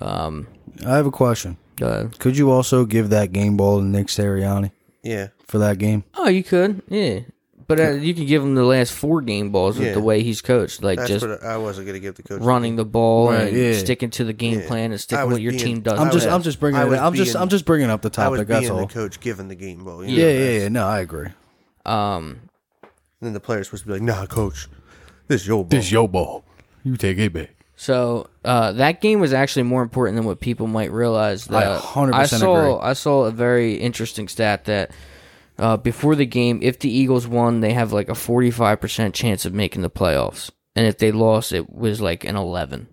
[SPEAKER 2] Um.
[SPEAKER 3] I have a question.
[SPEAKER 2] uh,
[SPEAKER 3] Could you also give that game ball to Nick Seriani
[SPEAKER 4] yeah.
[SPEAKER 3] for that game?
[SPEAKER 2] oh, you could. Yeah. But uh, you can give him the last four game balls with
[SPEAKER 4] Yeah.
[SPEAKER 2] the way he's coached, like
[SPEAKER 4] That's
[SPEAKER 2] just
[SPEAKER 4] what I wasn't gonna give the coach.
[SPEAKER 2] running the ball
[SPEAKER 3] Right,
[SPEAKER 2] and
[SPEAKER 3] yeah.
[SPEAKER 2] sticking to the game
[SPEAKER 4] Yeah.
[SPEAKER 2] plan and sticking
[SPEAKER 4] I
[SPEAKER 2] with
[SPEAKER 4] was
[SPEAKER 2] your team
[SPEAKER 4] being-
[SPEAKER 2] does.
[SPEAKER 3] I'm just,
[SPEAKER 2] best.
[SPEAKER 3] I'm just bringing
[SPEAKER 4] I
[SPEAKER 3] it.
[SPEAKER 4] was
[SPEAKER 3] I'm just,
[SPEAKER 4] being-
[SPEAKER 3] I'm just bringing up the
[SPEAKER 4] I was
[SPEAKER 3] topic. That's
[SPEAKER 4] being
[SPEAKER 3] all.
[SPEAKER 4] the coach giving the game ball. You know,
[SPEAKER 3] yeah,
[SPEAKER 4] that's-
[SPEAKER 3] yeah, yeah. No, I agree.
[SPEAKER 2] um.
[SPEAKER 4] And then the player's supposed to be like, Nah, coach, this is your ball.
[SPEAKER 3] your ball. You take it back.
[SPEAKER 2] So uh, that game was actually more important than what people might realize.
[SPEAKER 3] I
[SPEAKER 2] Uh,
[SPEAKER 3] 100%
[SPEAKER 2] I saw
[SPEAKER 3] agree.
[SPEAKER 2] I saw a very interesting stat that uh, before the game, if the Eagles won, they have like a forty five percent chance of making the playoffs, and if they lost, it was like an eleven.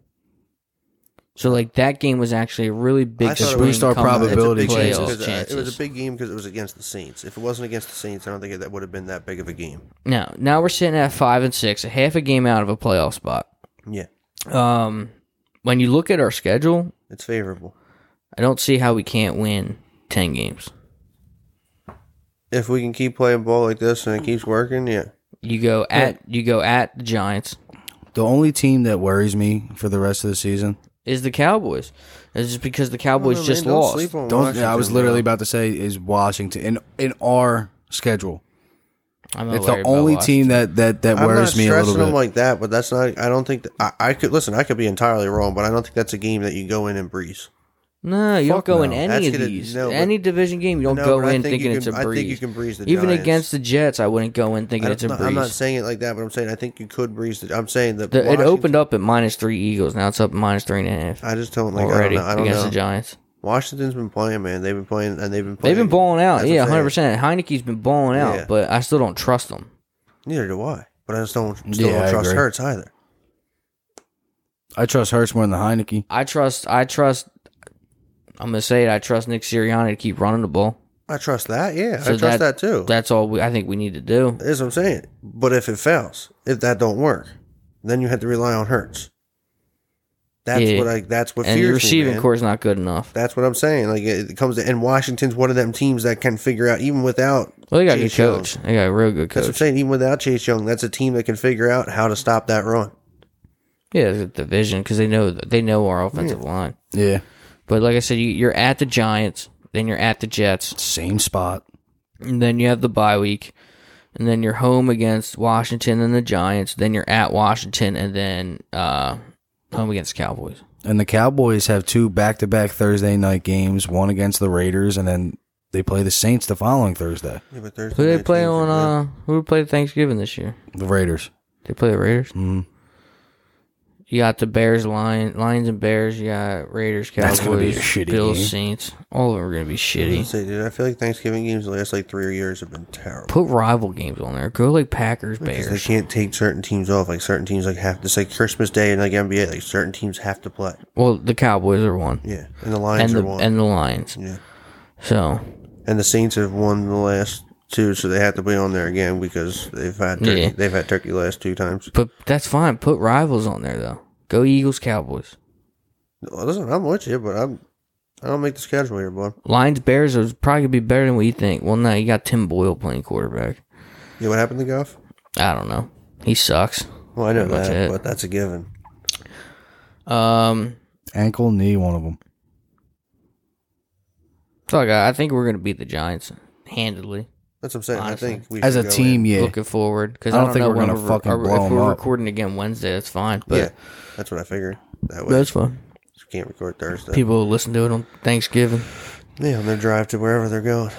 [SPEAKER 2] So like that game was actually a really big
[SPEAKER 4] I thought it
[SPEAKER 2] swing
[SPEAKER 4] was-
[SPEAKER 3] Boost our
[SPEAKER 2] coming into
[SPEAKER 3] probability
[SPEAKER 4] It's a big game
[SPEAKER 3] chances.
[SPEAKER 2] playoff
[SPEAKER 4] 'cause, uh, It was
[SPEAKER 2] chances.
[SPEAKER 4] a big game because it was against the Saints. If it wasn't against the Saints, I don't think it, that would have been that big of a game.
[SPEAKER 2] Now now we're sitting at five and six, a half a game out of a playoff spot.
[SPEAKER 4] Yeah,
[SPEAKER 2] Um, when you look at our schedule,
[SPEAKER 4] it's favorable.
[SPEAKER 2] I don't see how we can't win ten games.
[SPEAKER 4] If we can keep playing ball like this and it keeps working, yeah.
[SPEAKER 2] You go at you go at the Giants
[SPEAKER 3] The only team that worries me for the rest of the season.
[SPEAKER 2] is the Cowboys. It's just because the Cowboys
[SPEAKER 4] Man,
[SPEAKER 2] just
[SPEAKER 4] don't
[SPEAKER 2] lost.
[SPEAKER 4] sleep on
[SPEAKER 3] Don't. I was
[SPEAKER 4] Washington,
[SPEAKER 3] literally
[SPEAKER 4] bro.
[SPEAKER 3] about to say is Washington in in our schedule.
[SPEAKER 2] I'm not
[SPEAKER 3] It's the
[SPEAKER 2] worried about
[SPEAKER 3] only
[SPEAKER 2] Washington.
[SPEAKER 3] team that that that
[SPEAKER 4] I'm not
[SPEAKER 3] worries me a
[SPEAKER 4] stressing
[SPEAKER 3] little
[SPEAKER 4] them
[SPEAKER 3] bit.
[SPEAKER 4] like that, but that's not. I don't think that, I, I could listen. I could be entirely wrong, but I don't think that's a game that you go in and breeze.
[SPEAKER 2] No, you don't
[SPEAKER 3] Fuck
[SPEAKER 2] go
[SPEAKER 3] no.
[SPEAKER 2] in any
[SPEAKER 4] That's
[SPEAKER 2] of
[SPEAKER 4] gonna-
[SPEAKER 2] these.
[SPEAKER 4] no, but-
[SPEAKER 2] any division game, you don't
[SPEAKER 4] No,
[SPEAKER 2] go
[SPEAKER 4] but I
[SPEAKER 2] in
[SPEAKER 4] think you
[SPEAKER 2] thinking
[SPEAKER 4] can-
[SPEAKER 2] it's a
[SPEAKER 4] I think
[SPEAKER 2] breeze.
[SPEAKER 4] you can breeze the
[SPEAKER 2] Even
[SPEAKER 4] Giants.
[SPEAKER 2] against the Jets, I wouldn't go in thinking
[SPEAKER 4] I
[SPEAKER 2] it's a
[SPEAKER 4] don't-
[SPEAKER 2] breeze.
[SPEAKER 4] I'm not saying it like that, but I'm saying I think you could breeze. The, I'm saying that
[SPEAKER 2] The- it
[SPEAKER 4] Washington-
[SPEAKER 2] opened up at minus three Eagles. Now it's up minus three and a half
[SPEAKER 4] I just don't like.
[SPEAKER 2] already
[SPEAKER 4] I don't know. I
[SPEAKER 2] against
[SPEAKER 4] don't
[SPEAKER 2] the
[SPEAKER 4] know.
[SPEAKER 2] Giants.
[SPEAKER 4] Washington's been playing, man. They've been playing, and they've been playing.
[SPEAKER 2] They've been balling out.
[SPEAKER 4] That's
[SPEAKER 2] Yeah,
[SPEAKER 4] what I'm
[SPEAKER 2] 100. percent Heineke's been balling out,
[SPEAKER 4] Yeah.
[SPEAKER 2] but I still don't trust them.
[SPEAKER 4] Neither do I. But I just don't, still
[SPEAKER 3] Yeah,
[SPEAKER 4] don't
[SPEAKER 3] I
[SPEAKER 4] trust
[SPEAKER 3] agree.
[SPEAKER 4] Hurts either.
[SPEAKER 3] I trust Hurts more than the Heineke.
[SPEAKER 2] I trust. I trust. I'm gonna say it. I trust Nick Sirianni to keep running the ball.
[SPEAKER 4] I trust that. Yeah,
[SPEAKER 2] So
[SPEAKER 4] I trust that, too.
[SPEAKER 2] That's all we, I think we need to do.
[SPEAKER 4] That's what I'm saying. But if it fails, if that don't work, then you have to rely on Hurts. That's
[SPEAKER 2] Yeah.
[SPEAKER 4] what I. That's what
[SPEAKER 2] And
[SPEAKER 4] fears
[SPEAKER 2] your
[SPEAKER 4] me,
[SPEAKER 2] receiving
[SPEAKER 4] man.
[SPEAKER 2] core is not good enough.
[SPEAKER 4] That's what I'm saying. Like it comes to, and Washington's one of them teams that can figure out even without.
[SPEAKER 2] Well, they got a good
[SPEAKER 4] Chase Young.
[SPEAKER 2] coach. They got a real good
[SPEAKER 4] That's what I'm
[SPEAKER 2] coach.
[SPEAKER 4] saying. Even without Chase Young, that's a team that can figure out how to stop that run.
[SPEAKER 2] Yeah, it's a division because they know they know our offensive line.
[SPEAKER 3] Yeah,
[SPEAKER 2] But like I said, you, you're at the Giants, then you're at the Jets,
[SPEAKER 3] same spot.
[SPEAKER 2] and then you have the bye week, and then you're home against Washington and the Giants. Then you're at Washington, and then uh, home against the Cowboys.
[SPEAKER 3] And the Cowboys have two back to back Thursday night games. One against the Raiders, and then they play the Saints the following Thursday.
[SPEAKER 4] Yeah, but Thursday
[SPEAKER 2] Who they
[SPEAKER 4] night
[SPEAKER 2] play
[SPEAKER 4] teams are
[SPEAKER 2] on?
[SPEAKER 4] good.
[SPEAKER 2] Uh, who played Thanksgiving this year?
[SPEAKER 3] The Raiders.
[SPEAKER 2] They play the Raiders. You got the Bears, Lions, Lions and Bears. You got Raiders, Cowboys,
[SPEAKER 3] That's gonna be a shitty
[SPEAKER 2] Bills,
[SPEAKER 3] game.
[SPEAKER 2] Saints. All of them are going to be
[SPEAKER 4] I
[SPEAKER 2] shitty.
[SPEAKER 4] say, dude, I feel like Thanksgiving games the last like three years have been terrible.
[SPEAKER 2] Put rival games on there. Go like Packers,
[SPEAKER 4] 'Cause They
[SPEAKER 2] Bears.
[SPEAKER 4] can't take certain teams off. Like certain teams, like have this like Christmas Day and like NBA. Like certain teams have to play.
[SPEAKER 2] Well, the Cowboys are one,
[SPEAKER 4] Yeah, and the
[SPEAKER 2] and
[SPEAKER 4] Lions
[SPEAKER 2] the
[SPEAKER 4] are one, and,
[SPEAKER 2] and the Lions.
[SPEAKER 4] Yeah.
[SPEAKER 2] So
[SPEAKER 4] the Saints have won the last two, so they have to be on there again because they've had turkey,
[SPEAKER 2] Yeah.
[SPEAKER 4] they've had turkey last two times.
[SPEAKER 2] But that's fine. Put rivals on there though. Go Eagles, Cowboys,
[SPEAKER 4] Well, Listen, I'm with you, but I'm I don't make the schedule here, bud.
[SPEAKER 2] Lions, Bears is probably gonna be better than what you think. Well, no, you got Tim Boyle playing quarterback.
[SPEAKER 4] Yeah, what happened to Goff?
[SPEAKER 2] I don't know. He sucks.
[SPEAKER 4] Well, I know
[SPEAKER 2] That's
[SPEAKER 4] that,
[SPEAKER 2] it.
[SPEAKER 4] but that's a given.
[SPEAKER 2] Um,
[SPEAKER 3] Ankle, knee, one of them.
[SPEAKER 2] That's all I got. I think we're gonna beat the Giants handedly.
[SPEAKER 4] That's what I'm saying.
[SPEAKER 2] Honestly.
[SPEAKER 4] I think we
[SPEAKER 3] As
[SPEAKER 4] should
[SPEAKER 3] a
[SPEAKER 4] go
[SPEAKER 3] team, yeah.
[SPEAKER 2] Looking forward because
[SPEAKER 3] I
[SPEAKER 2] I,
[SPEAKER 3] don't
[SPEAKER 2] don't
[SPEAKER 3] think
[SPEAKER 2] know
[SPEAKER 3] we're
[SPEAKER 2] when
[SPEAKER 3] gonna fucking
[SPEAKER 2] are-
[SPEAKER 3] blow
[SPEAKER 2] if
[SPEAKER 3] 'em
[SPEAKER 2] we're
[SPEAKER 3] up.
[SPEAKER 2] recording again Wednesday. That's fine,
[SPEAKER 4] in.
[SPEAKER 2] but
[SPEAKER 4] yeah, that's what I figured. That way,
[SPEAKER 2] that's fine.
[SPEAKER 4] you can't record Thursday.
[SPEAKER 2] People will listen to it on Thanksgiving.
[SPEAKER 4] yeah, on their drive to wherever they're going.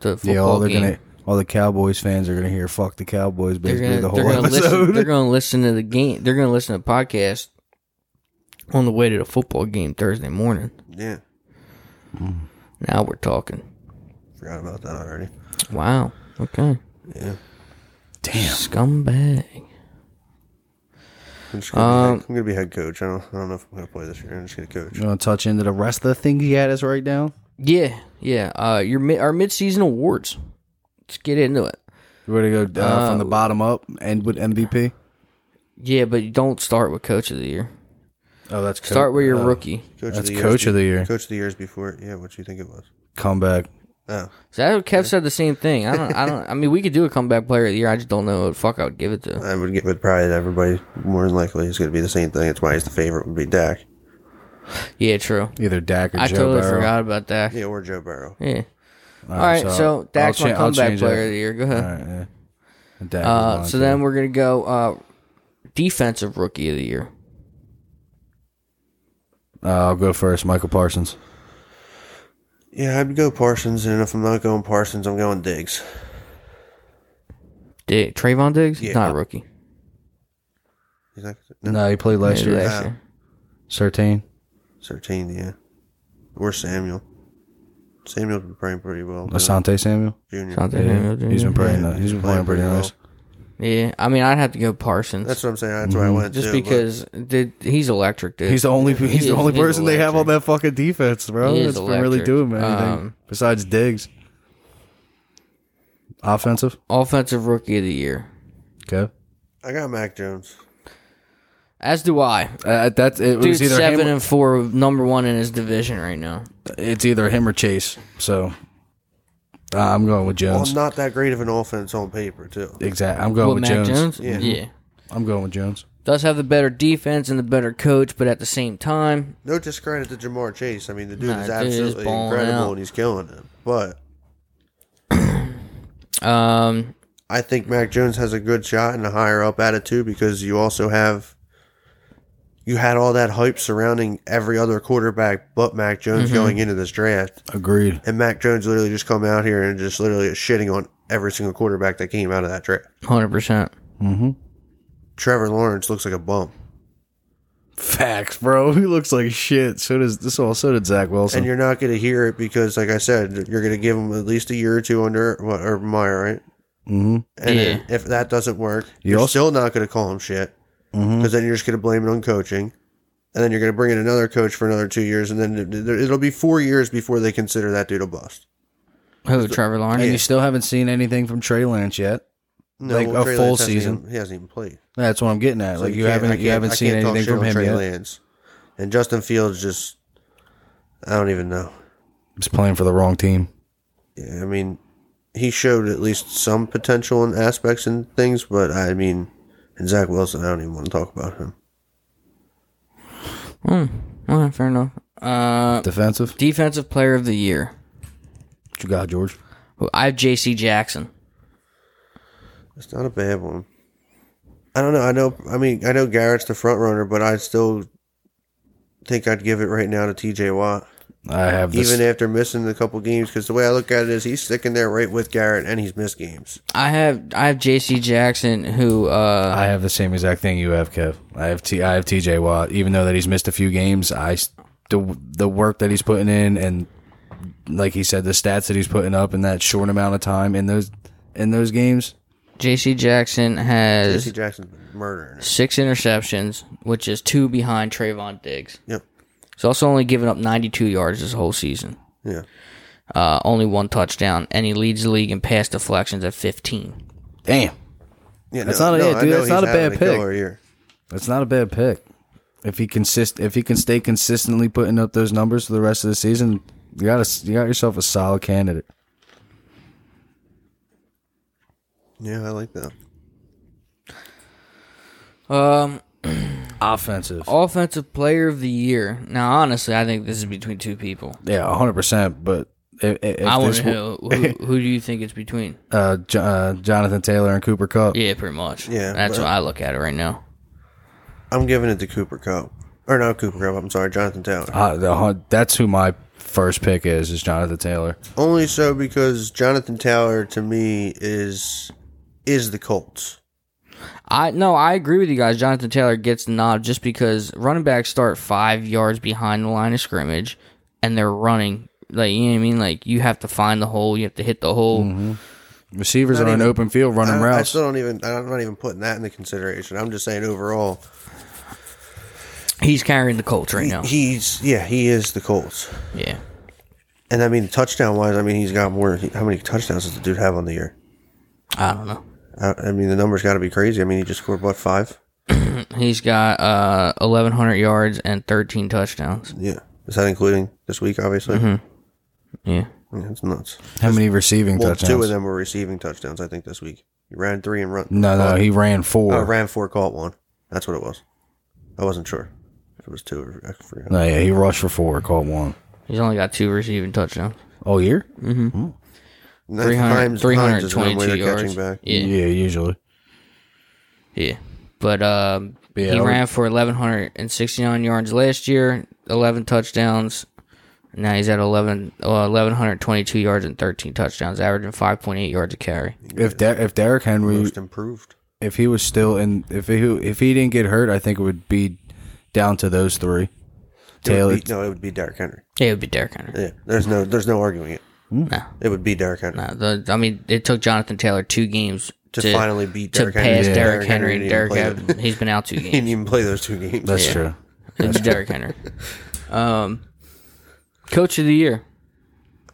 [SPEAKER 2] The football
[SPEAKER 3] Yeah, all they're
[SPEAKER 2] game.
[SPEAKER 3] gonna, all the Cowboys fans are gonna hear "fuck the Cowboys"
[SPEAKER 2] they're
[SPEAKER 3] basically
[SPEAKER 2] gonna,
[SPEAKER 3] the
[SPEAKER 2] they're
[SPEAKER 3] whole
[SPEAKER 2] gonna listen. They're
[SPEAKER 3] episode.
[SPEAKER 2] gonna listen to the game. They're gonna listen to podcast on the way to the football game Thursday morning.
[SPEAKER 4] Yeah,
[SPEAKER 2] Now we're talking.
[SPEAKER 4] forgot about that already.
[SPEAKER 2] Wow. Okay.
[SPEAKER 4] Yeah,
[SPEAKER 3] Damn,
[SPEAKER 2] Scumbag.
[SPEAKER 4] I'm, just gonna be
[SPEAKER 2] Um,
[SPEAKER 4] head, I'm gonna be head coach. I don't, I don't know if I'm gonna play this year. I'm just gonna coach.
[SPEAKER 3] you want to touch into the rest of the things he had us write down?
[SPEAKER 2] Yeah, yeah. Uh, your mid, our midseason awards. Let's get into it.
[SPEAKER 3] We're gonna go uh, from
[SPEAKER 2] Uh,
[SPEAKER 3] the bottom up, end with MVP.
[SPEAKER 2] Yeah, but you don't start with coach of the year.
[SPEAKER 3] Oh, that's
[SPEAKER 2] Start with your rookie.
[SPEAKER 4] Coach
[SPEAKER 3] That's
[SPEAKER 4] years
[SPEAKER 3] coach of
[SPEAKER 4] be-
[SPEAKER 3] the year.
[SPEAKER 4] Coach of the years before. it. Yeah, what do you think it was?
[SPEAKER 3] comeback.
[SPEAKER 4] Oh,
[SPEAKER 2] So that Kev said the same thing. I don't. I don't. I mean, we could do a comeback player of the year. I just don't know what the fuck I would give it to.
[SPEAKER 4] I would get with probably everybody. More than likely, it's gonna be the same thing. That's why he's the favorite. Would be Dak.
[SPEAKER 2] Yeah, true.
[SPEAKER 3] Either Dak or
[SPEAKER 2] I
[SPEAKER 3] Joe
[SPEAKER 2] totally
[SPEAKER 3] Burrow.
[SPEAKER 2] forgot about that. Yeah.
[SPEAKER 4] Yeah, or Joe Burrow.
[SPEAKER 2] All right. So, Dak's
[SPEAKER 3] I'll
[SPEAKER 2] my
[SPEAKER 3] cha- I'll
[SPEAKER 2] comeback
[SPEAKER 3] change
[SPEAKER 2] player
[SPEAKER 3] that.
[SPEAKER 2] of the year. Go ahead.
[SPEAKER 3] All right, yeah. And Dak
[SPEAKER 2] Uh,
[SPEAKER 3] was
[SPEAKER 2] so
[SPEAKER 3] mine,
[SPEAKER 2] then
[SPEAKER 3] too.
[SPEAKER 2] we're gonna go uh, defensive rookie of the year.
[SPEAKER 3] uh, I'll go first. Michael Parsons.
[SPEAKER 4] Yeah, I'd go Parsons, and if I'm not going Parsons, I'm going Diggs.
[SPEAKER 2] Dig- Trayvon Diggs,
[SPEAKER 4] Yeah.
[SPEAKER 2] not a rookie.
[SPEAKER 4] He's not no,
[SPEAKER 3] No, he played last
[SPEAKER 2] Maybe
[SPEAKER 3] year. Uh,
[SPEAKER 2] last year.
[SPEAKER 3] Thirteen.
[SPEAKER 4] thirteen. Yeah, or Samuel. Samuel's been playing pretty well.
[SPEAKER 3] Asante Samuel.
[SPEAKER 4] Junior.
[SPEAKER 2] Dante Samuel Jr.
[SPEAKER 3] He's been playing.
[SPEAKER 4] Yeah,
[SPEAKER 3] uh, he's been playing pretty
[SPEAKER 4] well.
[SPEAKER 3] nice.
[SPEAKER 2] Yeah, I mean, I'd have to go Parsons.
[SPEAKER 4] That's what I'm saying. That's
[SPEAKER 3] Mm-hmm.
[SPEAKER 4] why I went
[SPEAKER 2] just
[SPEAKER 4] to, but-
[SPEAKER 2] because dude, he's electric, dude.
[SPEAKER 3] He's the only he's
[SPEAKER 2] is-
[SPEAKER 3] the only
[SPEAKER 2] he's
[SPEAKER 3] person they have on that fucking defense, bro.
[SPEAKER 2] He is
[SPEAKER 3] That's been really
[SPEAKER 2] electric.
[SPEAKER 3] doing anything
[SPEAKER 2] Um,
[SPEAKER 3] besides Diggs. Offensive,
[SPEAKER 2] offensive rookie of the year.
[SPEAKER 3] okay.
[SPEAKER 4] I got Mac Jones.
[SPEAKER 2] As do I.
[SPEAKER 3] Uh, that's it.
[SPEAKER 2] Dude,
[SPEAKER 3] was either
[SPEAKER 2] seven
[SPEAKER 3] him.
[SPEAKER 2] and four, number one in his division right now.
[SPEAKER 3] It's either him or Chase. So uh, I'm going with
[SPEAKER 4] Well,
[SPEAKER 3] Jones.
[SPEAKER 4] not that great of an offense on paper, too.
[SPEAKER 3] exactly. I'm going
[SPEAKER 2] What,
[SPEAKER 3] with
[SPEAKER 2] Mac
[SPEAKER 3] Jones.
[SPEAKER 2] Jones?
[SPEAKER 4] Yeah.
[SPEAKER 2] yeah,
[SPEAKER 3] I'm going with Jones.
[SPEAKER 2] does have the better defense and the better coach, but at the same time,
[SPEAKER 4] No discredit to Jamar Chase. I mean, the dude
[SPEAKER 2] Nah,
[SPEAKER 4] is
[SPEAKER 2] dude is
[SPEAKER 4] absolutely
[SPEAKER 2] balling
[SPEAKER 4] incredible
[SPEAKER 2] out.
[SPEAKER 4] and he's killing it. But
[SPEAKER 2] um,
[SPEAKER 4] I think Mac Jones has a good shot and a higher up attitude because you also have you had all that hype surrounding every other quarterback but Mac
[SPEAKER 2] Mm-hmm.
[SPEAKER 4] Jones going into this draft.
[SPEAKER 3] Agreed.
[SPEAKER 4] And Mac Jones literally just come out here and just literally is shitting on every single quarterback that came out of that draft.
[SPEAKER 2] hundred percent.
[SPEAKER 3] Mm-hmm.
[SPEAKER 4] Trevor Lawrence looks like a bump.
[SPEAKER 3] Facts, bro. He looks like shit. So does this all. So did Zach Wilson.
[SPEAKER 4] And you're not going to hear it because, like I said, you're going to give him at least a year or two under what, Urban Meyer, right?
[SPEAKER 3] hmm
[SPEAKER 2] Yeah.
[SPEAKER 4] And then if that doesn't work,
[SPEAKER 3] You
[SPEAKER 4] you're
[SPEAKER 3] also- Mm-hmm.
[SPEAKER 4] still not going to call him shit because then you're just going to blame it on coaching. And then you're going to bring in another coach for another two years, and then it- it'll be four years before they consider that dude a bust.
[SPEAKER 2] Who, Trevor Lawrence?
[SPEAKER 3] And you still haven't seen anything from Trey Lance yet.
[SPEAKER 4] No,
[SPEAKER 3] Like a
[SPEAKER 4] Trey
[SPEAKER 3] full
[SPEAKER 4] Lance hasn't
[SPEAKER 3] season.
[SPEAKER 4] even- he hasn't even played.
[SPEAKER 3] That's what I'm getting at.
[SPEAKER 4] So
[SPEAKER 3] like you,
[SPEAKER 4] can't- I
[SPEAKER 3] haven't you
[SPEAKER 4] can't-
[SPEAKER 3] haven't
[SPEAKER 4] I
[SPEAKER 3] seen
[SPEAKER 4] can't talk
[SPEAKER 3] anything
[SPEAKER 4] shit
[SPEAKER 3] from
[SPEAKER 4] on
[SPEAKER 3] him
[SPEAKER 4] Trey
[SPEAKER 3] yet.
[SPEAKER 4] Lance. And Justin Fields just, I don't even know.
[SPEAKER 3] He's playing for the wrong team.
[SPEAKER 4] Yeah, I mean, he showed at least some potential in aspects and things, but I mean, and Zach Wilson, I don't even want to talk about him.
[SPEAKER 2] All right, fair enough. Uh,
[SPEAKER 3] Defensive.
[SPEAKER 2] defensive player of the year.
[SPEAKER 3] What you got, George?
[SPEAKER 2] Who- I have J.C. Jackson.
[SPEAKER 4] It's not a bad one. I don't know. I know. I mean, I know Garrett's the front runner, but I still think I'd give it right now to T.J. Watt,
[SPEAKER 3] I have this.
[SPEAKER 4] even after missing a couple games. Because the way I look at it is, he's sticking there right with Garrett, and he's missed games.
[SPEAKER 2] I have I have J.C. Jackson who uh,
[SPEAKER 3] I have the same exact thing you have, Kev. I have T. I have T.J. Watt. Even though that he's missed a few games, I s- the the work that he's putting in, and like he said, the stats that he's putting up in that short amount of time in those in those games.
[SPEAKER 2] J.C. Jackson has
[SPEAKER 4] Jesse Jackson's been murdering. It.
[SPEAKER 2] six interceptions, which is two behind Trayvon Diggs.
[SPEAKER 4] Yep.
[SPEAKER 2] He's also only given up 92 yards this whole season,
[SPEAKER 4] Yeah.
[SPEAKER 2] uh, only one touchdown, and he leads the league in pass deflections at 15.
[SPEAKER 3] Damn,
[SPEAKER 4] Yeah.
[SPEAKER 3] That's not a- yeah,
[SPEAKER 4] I
[SPEAKER 3] dude,
[SPEAKER 4] know
[SPEAKER 3] that's
[SPEAKER 4] he's
[SPEAKER 3] not a
[SPEAKER 4] having
[SPEAKER 3] bad pick.
[SPEAKER 4] killer year.
[SPEAKER 3] that's not a bad pick. If he consist, if he can stay consistently putting up those numbers for the rest of the season, you got a, you got yourself a solid candidate.
[SPEAKER 4] Yeah, I like that.
[SPEAKER 2] Um,
[SPEAKER 3] Offensive,
[SPEAKER 2] offensive player of the year. Now, honestly, I think this is between two people.
[SPEAKER 3] yeah, hundred percent. But If, if
[SPEAKER 2] I want
[SPEAKER 3] this
[SPEAKER 2] to know who, who do you think it's between?
[SPEAKER 3] uh, Jo- uh, Jonathan Taylor and Cooper Cup.
[SPEAKER 2] Yeah, pretty much.
[SPEAKER 4] Yeah,
[SPEAKER 2] that's
[SPEAKER 4] but-
[SPEAKER 2] what I look at it right now.
[SPEAKER 4] I'm giving it to Cooper Cup. Or not Cooper Cup, I'm sorry, Jonathan Taylor.
[SPEAKER 3] Uh, the hun- that's who my first pick is. Is Jonathan Taylor?
[SPEAKER 4] Only so because Jonathan Taylor to me is is the Colts.
[SPEAKER 2] I no, I agree with you guys. Jonathan Taylor gets the nod just because running backs start five yards behind the line of scrimmage, and they're running. Like you know what I mean? Like you have to find the hole, you have to hit the hole.
[SPEAKER 3] Receivers are in
[SPEAKER 4] even-
[SPEAKER 3] open field running
[SPEAKER 4] I, I
[SPEAKER 3] routes.
[SPEAKER 4] still don't even I'm not even putting that into consideration. I'm just saying overall
[SPEAKER 2] He's carrying the Colts right now.
[SPEAKER 4] he's yeah, he is the Colts.
[SPEAKER 2] Yeah,
[SPEAKER 4] And I mean touchdown wise, I mean he's got more how many touchdowns does the dude have on the year?
[SPEAKER 2] I don't know.
[SPEAKER 4] I, I mean the numbers got to be crazy. I mean he just scored what five?
[SPEAKER 2] He's got uh eleven hundred yards and thirteen touchdowns.
[SPEAKER 4] Yeah. Is that including this week obviously?
[SPEAKER 3] Mm-hmm.
[SPEAKER 2] Yeah,
[SPEAKER 4] Yeah, it's nuts.
[SPEAKER 3] How many receiving
[SPEAKER 4] Well,
[SPEAKER 3] touchdowns?
[SPEAKER 4] two of them were receiving touchdowns I think this week. He ran 3 and run
[SPEAKER 3] No, no, he ran four.
[SPEAKER 4] Oh, ran four, caught one. That's what it was. I wasn't sure. If it was two or I forgot.
[SPEAKER 3] No, yeah, he rushed for four, caught one.
[SPEAKER 2] he's only got two receiving touchdowns.
[SPEAKER 3] Oh, year?
[SPEAKER 4] Nine
[SPEAKER 2] 300,
[SPEAKER 4] times- times is the
[SPEAKER 2] 322
[SPEAKER 4] number they're
[SPEAKER 2] yards.
[SPEAKER 4] catching back.
[SPEAKER 2] Yeah, yeah.
[SPEAKER 3] usually.
[SPEAKER 2] But um,
[SPEAKER 3] Yeah,
[SPEAKER 2] he
[SPEAKER 3] I would-
[SPEAKER 2] ran for 1,169 yards last year, 11 touchdowns. Now he's at 11, uh, 1,122 yards and 13 touchdowns, averaging 5.8 yards a carry.
[SPEAKER 3] If Der- if Derrick Henry,
[SPEAKER 4] Most improved.
[SPEAKER 3] if he was still in, if he if he didn't get hurt, I think it would be down to those three.
[SPEAKER 4] It would
[SPEAKER 3] Taylor,
[SPEAKER 4] be- no, it would be Derrick Henry.
[SPEAKER 2] It would be Derrick Henry.
[SPEAKER 4] Yeah, there's no, there's no arguing it.
[SPEAKER 2] No.
[SPEAKER 4] It would be Derrick Henry
[SPEAKER 2] Uh, the, I mean, it took Jonathan Taylor two games
[SPEAKER 4] to,
[SPEAKER 2] to,
[SPEAKER 4] finally beat
[SPEAKER 2] to
[SPEAKER 4] Derrick Henry.
[SPEAKER 2] pass
[SPEAKER 4] Yeah.
[SPEAKER 2] Derrick Henry.
[SPEAKER 4] didn't
[SPEAKER 2] and
[SPEAKER 4] even
[SPEAKER 2] Derrick
[SPEAKER 4] play
[SPEAKER 2] Henry,
[SPEAKER 4] the-
[SPEAKER 2] he's been out two
[SPEAKER 4] He didn't
[SPEAKER 2] games.
[SPEAKER 4] even play those two games.
[SPEAKER 3] that's true.
[SPEAKER 2] It's Derrick Henry. Um, Coach of the year.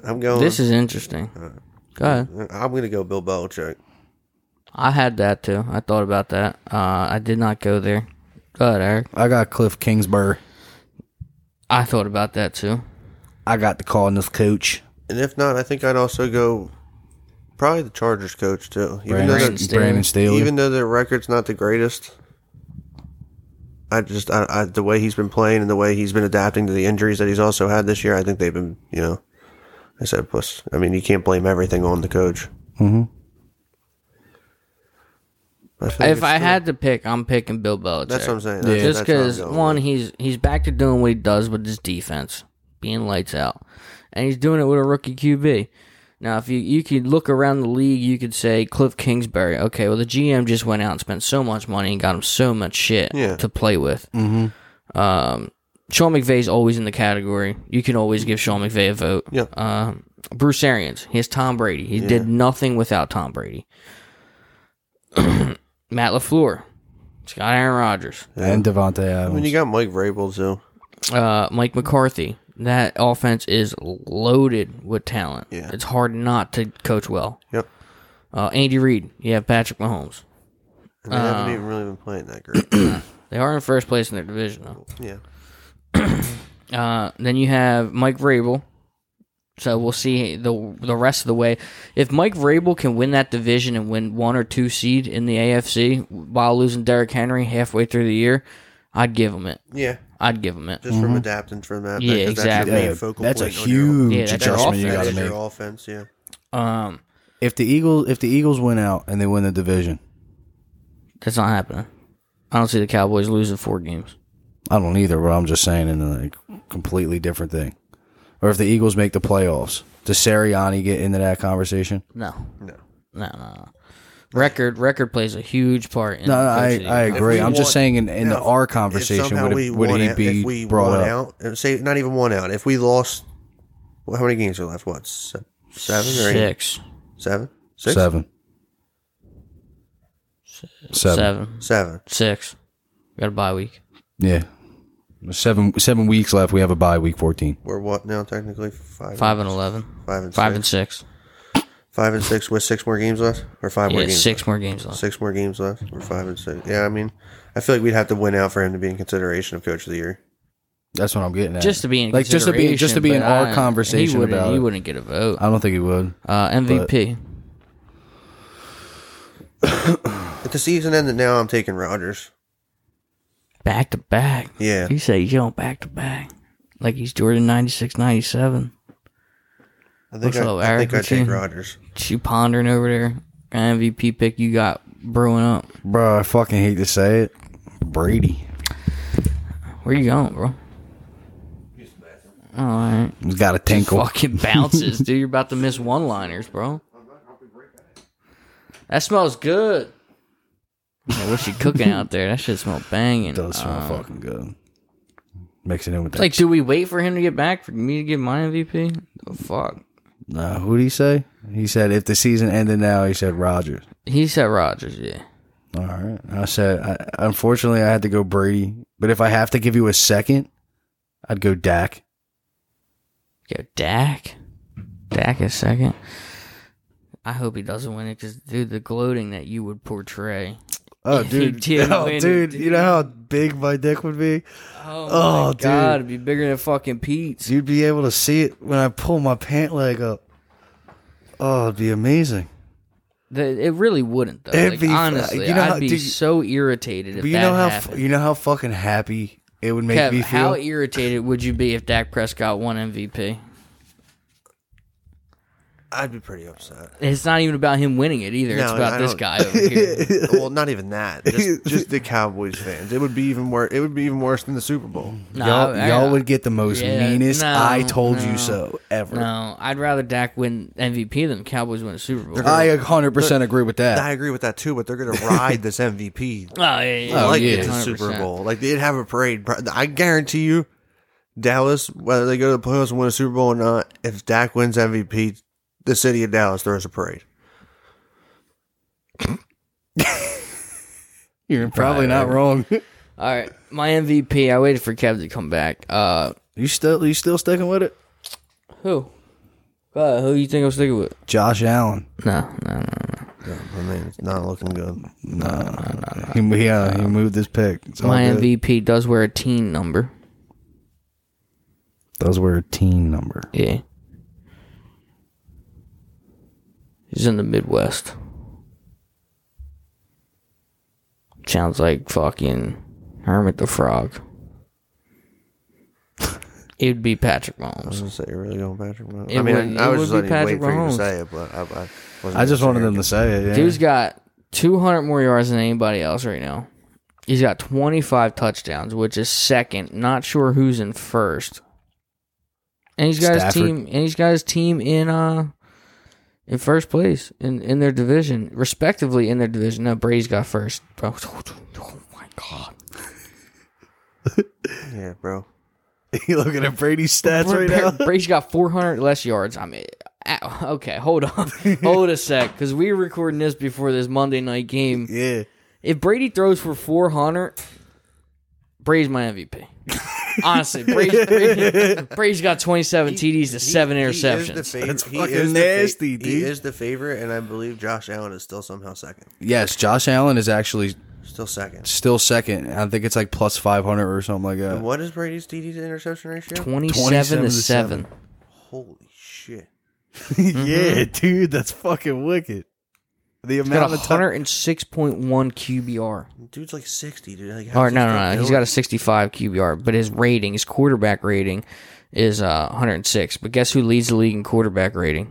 [SPEAKER 4] I'm going.
[SPEAKER 2] This is interesting. Go ahead.
[SPEAKER 4] I'm going to go Bill Belichick.
[SPEAKER 2] I had that too. I thought about that. Uh, I did not go there. Go ahead, Eric.
[SPEAKER 3] I got Cliff Kingsbury.
[SPEAKER 2] I thought about that too.
[SPEAKER 3] I got the call on this coach.
[SPEAKER 4] And if not, I think I'd also go probably the Chargers coach too. Even though,
[SPEAKER 3] Brandon,
[SPEAKER 2] Brandon
[SPEAKER 4] their,
[SPEAKER 2] Staley.
[SPEAKER 3] Brandon Staley.
[SPEAKER 4] even though their record's not the greatest, I just I, I the way he's been playing and the way he's been adapting to the injuries that he's also had this year, I think they've been you know, I said plus. I mean, you can't blame everything on the coach. Mm-hmm.
[SPEAKER 2] If I had to pick, I'm picking Bill Belichick.
[SPEAKER 4] that's what I'm saying.
[SPEAKER 3] Yeah.
[SPEAKER 4] That's,
[SPEAKER 2] Just
[SPEAKER 4] that's how I'm
[SPEAKER 2] because
[SPEAKER 4] going.
[SPEAKER 2] one, he's he's back to doing what he does with his defense, being lights out, and he's doing it with a rookie QB. Now, if you you could look around the league, you could say Cliff Kingsbury. Okay, well the GM just went out and spent so much money and got him so much shit
[SPEAKER 4] Yeah.
[SPEAKER 2] to play with. Mm-hmm. Um, Sean McVay's always in the category. You can always give Sean McVay a vote.
[SPEAKER 4] Yeah.
[SPEAKER 2] Um, Bruce Arians, he has Tom Brady. He did nothing without Tom Brady. Matt Lafleur, he's got Aaron Rodgers
[SPEAKER 3] and Devontae Adams.
[SPEAKER 4] I mean, you got Mike Vrabel too.
[SPEAKER 2] uh, Mike McCarthy. That offense is loaded with talent.
[SPEAKER 4] Yeah.
[SPEAKER 2] It's hard not to coach well.
[SPEAKER 4] Yep.
[SPEAKER 2] Uh, Andy Reid. You have Patrick Mahomes.
[SPEAKER 4] And they
[SPEAKER 2] Uh,
[SPEAKER 4] haven't even really been playing that great.
[SPEAKER 2] They are in first place in their division, though.
[SPEAKER 4] yeah.
[SPEAKER 2] Uh, then you have Mike Vrabel. So we'll see the the rest of the way. If Mike Vrabel can win that division and win one or two seed in the AFC while losing Derrick Henry halfway through the year, I'd give him it.
[SPEAKER 4] Yeah.
[SPEAKER 2] I'd give him it.
[SPEAKER 4] Just from adapting from that.
[SPEAKER 2] Yeah,
[SPEAKER 4] because
[SPEAKER 2] exactly.
[SPEAKER 4] That's, your
[SPEAKER 3] yeah,
[SPEAKER 4] main focal
[SPEAKER 3] Mm-hmm. that's a
[SPEAKER 4] point on your-
[SPEAKER 3] huge
[SPEAKER 2] Yeah, that's their
[SPEAKER 3] adjustment you
[SPEAKER 4] That
[SPEAKER 3] got to
[SPEAKER 4] is
[SPEAKER 3] make.
[SPEAKER 4] your offense, yeah.
[SPEAKER 2] Um,
[SPEAKER 3] If the Eagles, if the Eagles win out and they win the division,
[SPEAKER 2] that's not happening. I don't see the Cowboys losing four games.
[SPEAKER 3] I don't either. But I'm just saying, in a like, completely different thing. Or if the Eagles make the playoffs, does Sirianni get into that conversation?
[SPEAKER 2] No,
[SPEAKER 4] No.
[SPEAKER 2] No, no, no. Record record plays a huge part. In
[SPEAKER 3] No,
[SPEAKER 2] the
[SPEAKER 3] I,
[SPEAKER 2] coach of the
[SPEAKER 3] I
[SPEAKER 2] year.
[SPEAKER 3] agree. I'm just saying, in, in
[SPEAKER 4] Now, if-
[SPEAKER 3] our
[SPEAKER 4] if
[SPEAKER 3] conversation,
[SPEAKER 4] somehow
[SPEAKER 3] would,
[SPEAKER 4] we
[SPEAKER 3] it, would
[SPEAKER 4] won
[SPEAKER 3] he
[SPEAKER 4] out-
[SPEAKER 3] be
[SPEAKER 4] if we
[SPEAKER 3] brought
[SPEAKER 4] won
[SPEAKER 3] up?
[SPEAKER 4] out? uh, Say not even one out. If we lost, well, how many games are left? What se- seven or eight?
[SPEAKER 2] six,
[SPEAKER 4] Seven? Six?
[SPEAKER 3] Seven. Seven.
[SPEAKER 2] seven,
[SPEAKER 4] Seven.
[SPEAKER 2] six. We got a bye week.
[SPEAKER 3] Yeah. Seven seven weeks left. We have a bye week 14.
[SPEAKER 4] We're what now? Technically five.
[SPEAKER 2] Five and eleven.
[SPEAKER 4] Five and
[SPEAKER 2] Five
[SPEAKER 4] six.
[SPEAKER 2] and six.
[SPEAKER 4] Five and six with six more games left, or five more
[SPEAKER 2] Yeah,
[SPEAKER 4] games.
[SPEAKER 2] six more games left.
[SPEAKER 4] Six more games left. We're five and six. Yeah, I mean, I feel like we'd have to win out for him to be in consideration of coach of the year.
[SPEAKER 3] That's what I'm getting at.
[SPEAKER 2] Just to be in
[SPEAKER 3] like just to be just to be in
[SPEAKER 2] consideration,
[SPEAKER 3] our
[SPEAKER 2] but I- he
[SPEAKER 3] conversation
[SPEAKER 2] wouldn't,
[SPEAKER 3] about
[SPEAKER 2] he
[SPEAKER 3] it.
[SPEAKER 2] wouldn't get a vote.
[SPEAKER 3] I don't think he would.
[SPEAKER 2] Uh, MVP.
[SPEAKER 4] If the season ended now, I'm taking Rodgers.
[SPEAKER 2] Back to back.
[SPEAKER 4] Yeah.
[SPEAKER 2] You say yo back to back, like he's Jordan 96, 97.
[SPEAKER 4] I think
[SPEAKER 2] What's
[SPEAKER 4] I,
[SPEAKER 2] up,
[SPEAKER 4] I
[SPEAKER 2] Eric?
[SPEAKER 4] think I
[SPEAKER 2] What you-
[SPEAKER 4] take Rodgers.
[SPEAKER 2] She pondering over there. An MVP pick you got brewing up.
[SPEAKER 3] Bro, I fucking hate to say it. Brady.
[SPEAKER 2] Where you going, bro? All right.
[SPEAKER 3] He's got a tinkle.
[SPEAKER 2] Fucking bounces, dude. You're about to miss one liners, bro. That smells good. I wish you cooking out there. That shit smell banging.
[SPEAKER 3] Does smell fucking good. Mixing in with that.
[SPEAKER 2] Uh, Like, do we wait for him to get back for me to get my MVP? The fuck.
[SPEAKER 3] Nah, who did he say? He said if the season ended now, he said Rogers.
[SPEAKER 2] He said Rogers, yeah.
[SPEAKER 3] All right. I said, I, unfortunately, I had to go Brady. But if I have to give you a second, I'd go Dak.
[SPEAKER 2] Yo, Dak. Dak is second. I hope he doesn't win it because, dude, the gloating that you would portray.
[SPEAKER 3] Oh,
[SPEAKER 2] If he
[SPEAKER 3] dude.
[SPEAKER 2] did
[SPEAKER 3] Oh,
[SPEAKER 2] win it,
[SPEAKER 3] dude. You know how big my dick would be?
[SPEAKER 2] Oh,
[SPEAKER 3] my Oh, dude. God,
[SPEAKER 2] it'd be bigger than fucking Pete's.
[SPEAKER 3] You'd be able to see it when I pull my pant leg up. Oh, it'd be amazing.
[SPEAKER 2] It really wouldn't, though.
[SPEAKER 3] It'd
[SPEAKER 2] Like,
[SPEAKER 3] be-
[SPEAKER 2] honestly,
[SPEAKER 3] you know how-
[SPEAKER 2] I'd be
[SPEAKER 3] dude,
[SPEAKER 2] so irritated if
[SPEAKER 3] But you
[SPEAKER 2] that
[SPEAKER 3] know how f-
[SPEAKER 2] happened.
[SPEAKER 3] you know how fucking happy it would make
[SPEAKER 2] Kev,
[SPEAKER 3] me feel.
[SPEAKER 2] how e-, irritated would you be if Dak Prescott won MVP?
[SPEAKER 4] I'd be pretty upset.
[SPEAKER 2] It's not even about him winning it either. it's
[SPEAKER 4] No,
[SPEAKER 2] about
[SPEAKER 4] I
[SPEAKER 2] this
[SPEAKER 4] don't-
[SPEAKER 2] guy over here.
[SPEAKER 4] well, not even that. Just, just the Cowboys fans. It would be even worse. It would be even worse than the Super Bowl.
[SPEAKER 2] No,
[SPEAKER 3] y'all,
[SPEAKER 2] I-
[SPEAKER 3] y'all would get the most
[SPEAKER 2] Yeah,
[SPEAKER 3] meanest
[SPEAKER 2] no,
[SPEAKER 3] "I told
[SPEAKER 2] no,
[SPEAKER 3] you so" ever.
[SPEAKER 2] No, I'd rather Dak win MVP than the Cowboys win the Super Bowl.
[SPEAKER 3] I 100 percent agree with that.
[SPEAKER 4] I agree with that too, but they're going to ride this MVP
[SPEAKER 2] oh, yeah, yeah,
[SPEAKER 3] Oh,
[SPEAKER 4] like
[SPEAKER 3] yeah.
[SPEAKER 4] it's a
[SPEAKER 2] 100%.
[SPEAKER 4] Super Bowl. Like they'd have a parade. I guarantee you, Dallas, whether they go to the playoffs and win a Super Bowl or not, if Dak wins MVP, the city of Dallas throws a parade.
[SPEAKER 3] You're probably not wrong.
[SPEAKER 2] All right, my MVP. I waited for Kev to come back. Uh,
[SPEAKER 3] you still you still sticking with it?
[SPEAKER 2] who? Uh, who you think I'm sticking with?
[SPEAKER 3] Josh Allen.
[SPEAKER 2] No, no, no.
[SPEAKER 4] I mean, it's not looking good.
[SPEAKER 3] He, he, uh, he moved his pick. It's all
[SPEAKER 2] Um, My
[SPEAKER 3] good.
[SPEAKER 2] MVP does wear a team number.
[SPEAKER 3] Those were a team number.
[SPEAKER 2] Yeah. He's in the Midwest. Sounds like fucking Hermit the Frog. It'd be Patrick
[SPEAKER 4] I was
[SPEAKER 2] Mahomes.
[SPEAKER 4] gonna say you're really going Patrick Mahomes.
[SPEAKER 2] It
[SPEAKER 4] I mean,
[SPEAKER 2] would-
[SPEAKER 4] I
[SPEAKER 2] it
[SPEAKER 4] was
[SPEAKER 2] would
[SPEAKER 4] just
[SPEAKER 2] be Patrick
[SPEAKER 4] letting you wait for you
[SPEAKER 2] Mahomes.
[SPEAKER 4] to say it, but I, I, wasn't
[SPEAKER 3] I just wanted
[SPEAKER 4] gonna say
[SPEAKER 3] them
[SPEAKER 4] it.
[SPEAKER 3] to say it. yeah.
[SPEAKER 2] Dude's got 200 more yards than anybody else right now. He's got 25 touchdowns, which is second. Not sure who's in first. And he's got
[SPEAKER 3] Stafford.
[SPEAKER 2] his team. And he's got his team in uh in first place in in their division, respectively in their division. No, Brady's got first. Bro, oh my god.
[SPEAKER 4] Yeah, bro.
[SPEAKER 3] you looking at Brady's stats right
[SPEAKER 2] Bra-
[SPEAKER 3] now?
[SPEAKER 2] Brady's got 400 less yards. I mean, ow, okay, hold on, hold a sec, because we were recording this before this Monday night game.
[SPEAKER 3] Yeah.
[SPEAKER 2] If Brady throws for 400, Brady's my MVP. Honestly, Brady's, Brady, Brady's got 27 TDs to seven
[SPEAKER 4] He is
[SPEAKER 2] interceptions.
[SPEAKER 4] the favorite.
[SPEAKER 3] That's fucking nasty,
[SPEAKER 4] He
[SPEAKER 3] dude.
[SPEAKER 4] is the favorite, and I believe Josh Allen is still somehow second.
[SPEAKER 3] Yes, Josh Allen is actually
[SPEAKER 4] Still second.
[SPEAKER 3] still second. I think it's like plus 500 or something like that.
[SPEAKER 4] And what is Brady's DD to interception ratio?
[SPEAKER 2] 27, to 7.
[SPEAKER 4] Holy shit.
[SPEAKER 3] yeah, dude, that's fucking wicked. The
[SPEAKER 2] Mm-hmm. Got
[SPEAKER 3] amount
[SPEAKER 2] a
[SPEAKER 3] of time.
[SPEAKER 2] 106.1 QBR.
[SPEAKER 4] Dude's like 60, dude. Like,
[SPEAKER 2] Or
[SPEAKER 4] how's
[SPEAKER 2] no, no,
[SPEAKER 4] he still
[SPEAKER 2] no. He's
[SPEAKER 4] doing
[SPEAKER 2] got a 65 QBR, but his rating, his quarterback rating, is uh, 106. But guess who leads the league in quarterback rating?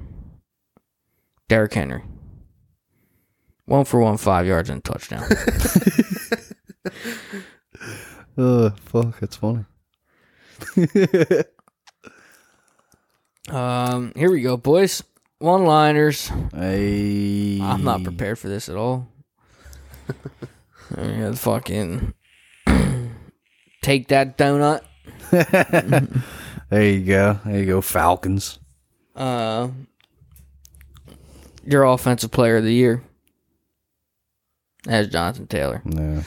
[SPEAKER 2] Derrick Henry. One for one, five yards and a touchdown.
[SPEAKER 3] Uh, fuck, that's funny.
[SPEAKER 2] um, here we go, boys. One liners.
[SPEAKER 3] Hey.
[SPEAKER 2] I'm not prepared for this at all. I got fucking take that donut.
[SPEAKER 3] There you go. There you go, Falcons.
[SPEAKER 2] Uh, your offensive player of the year. That's Jonathan Taylor.
[SPEAKER 3] Yeah.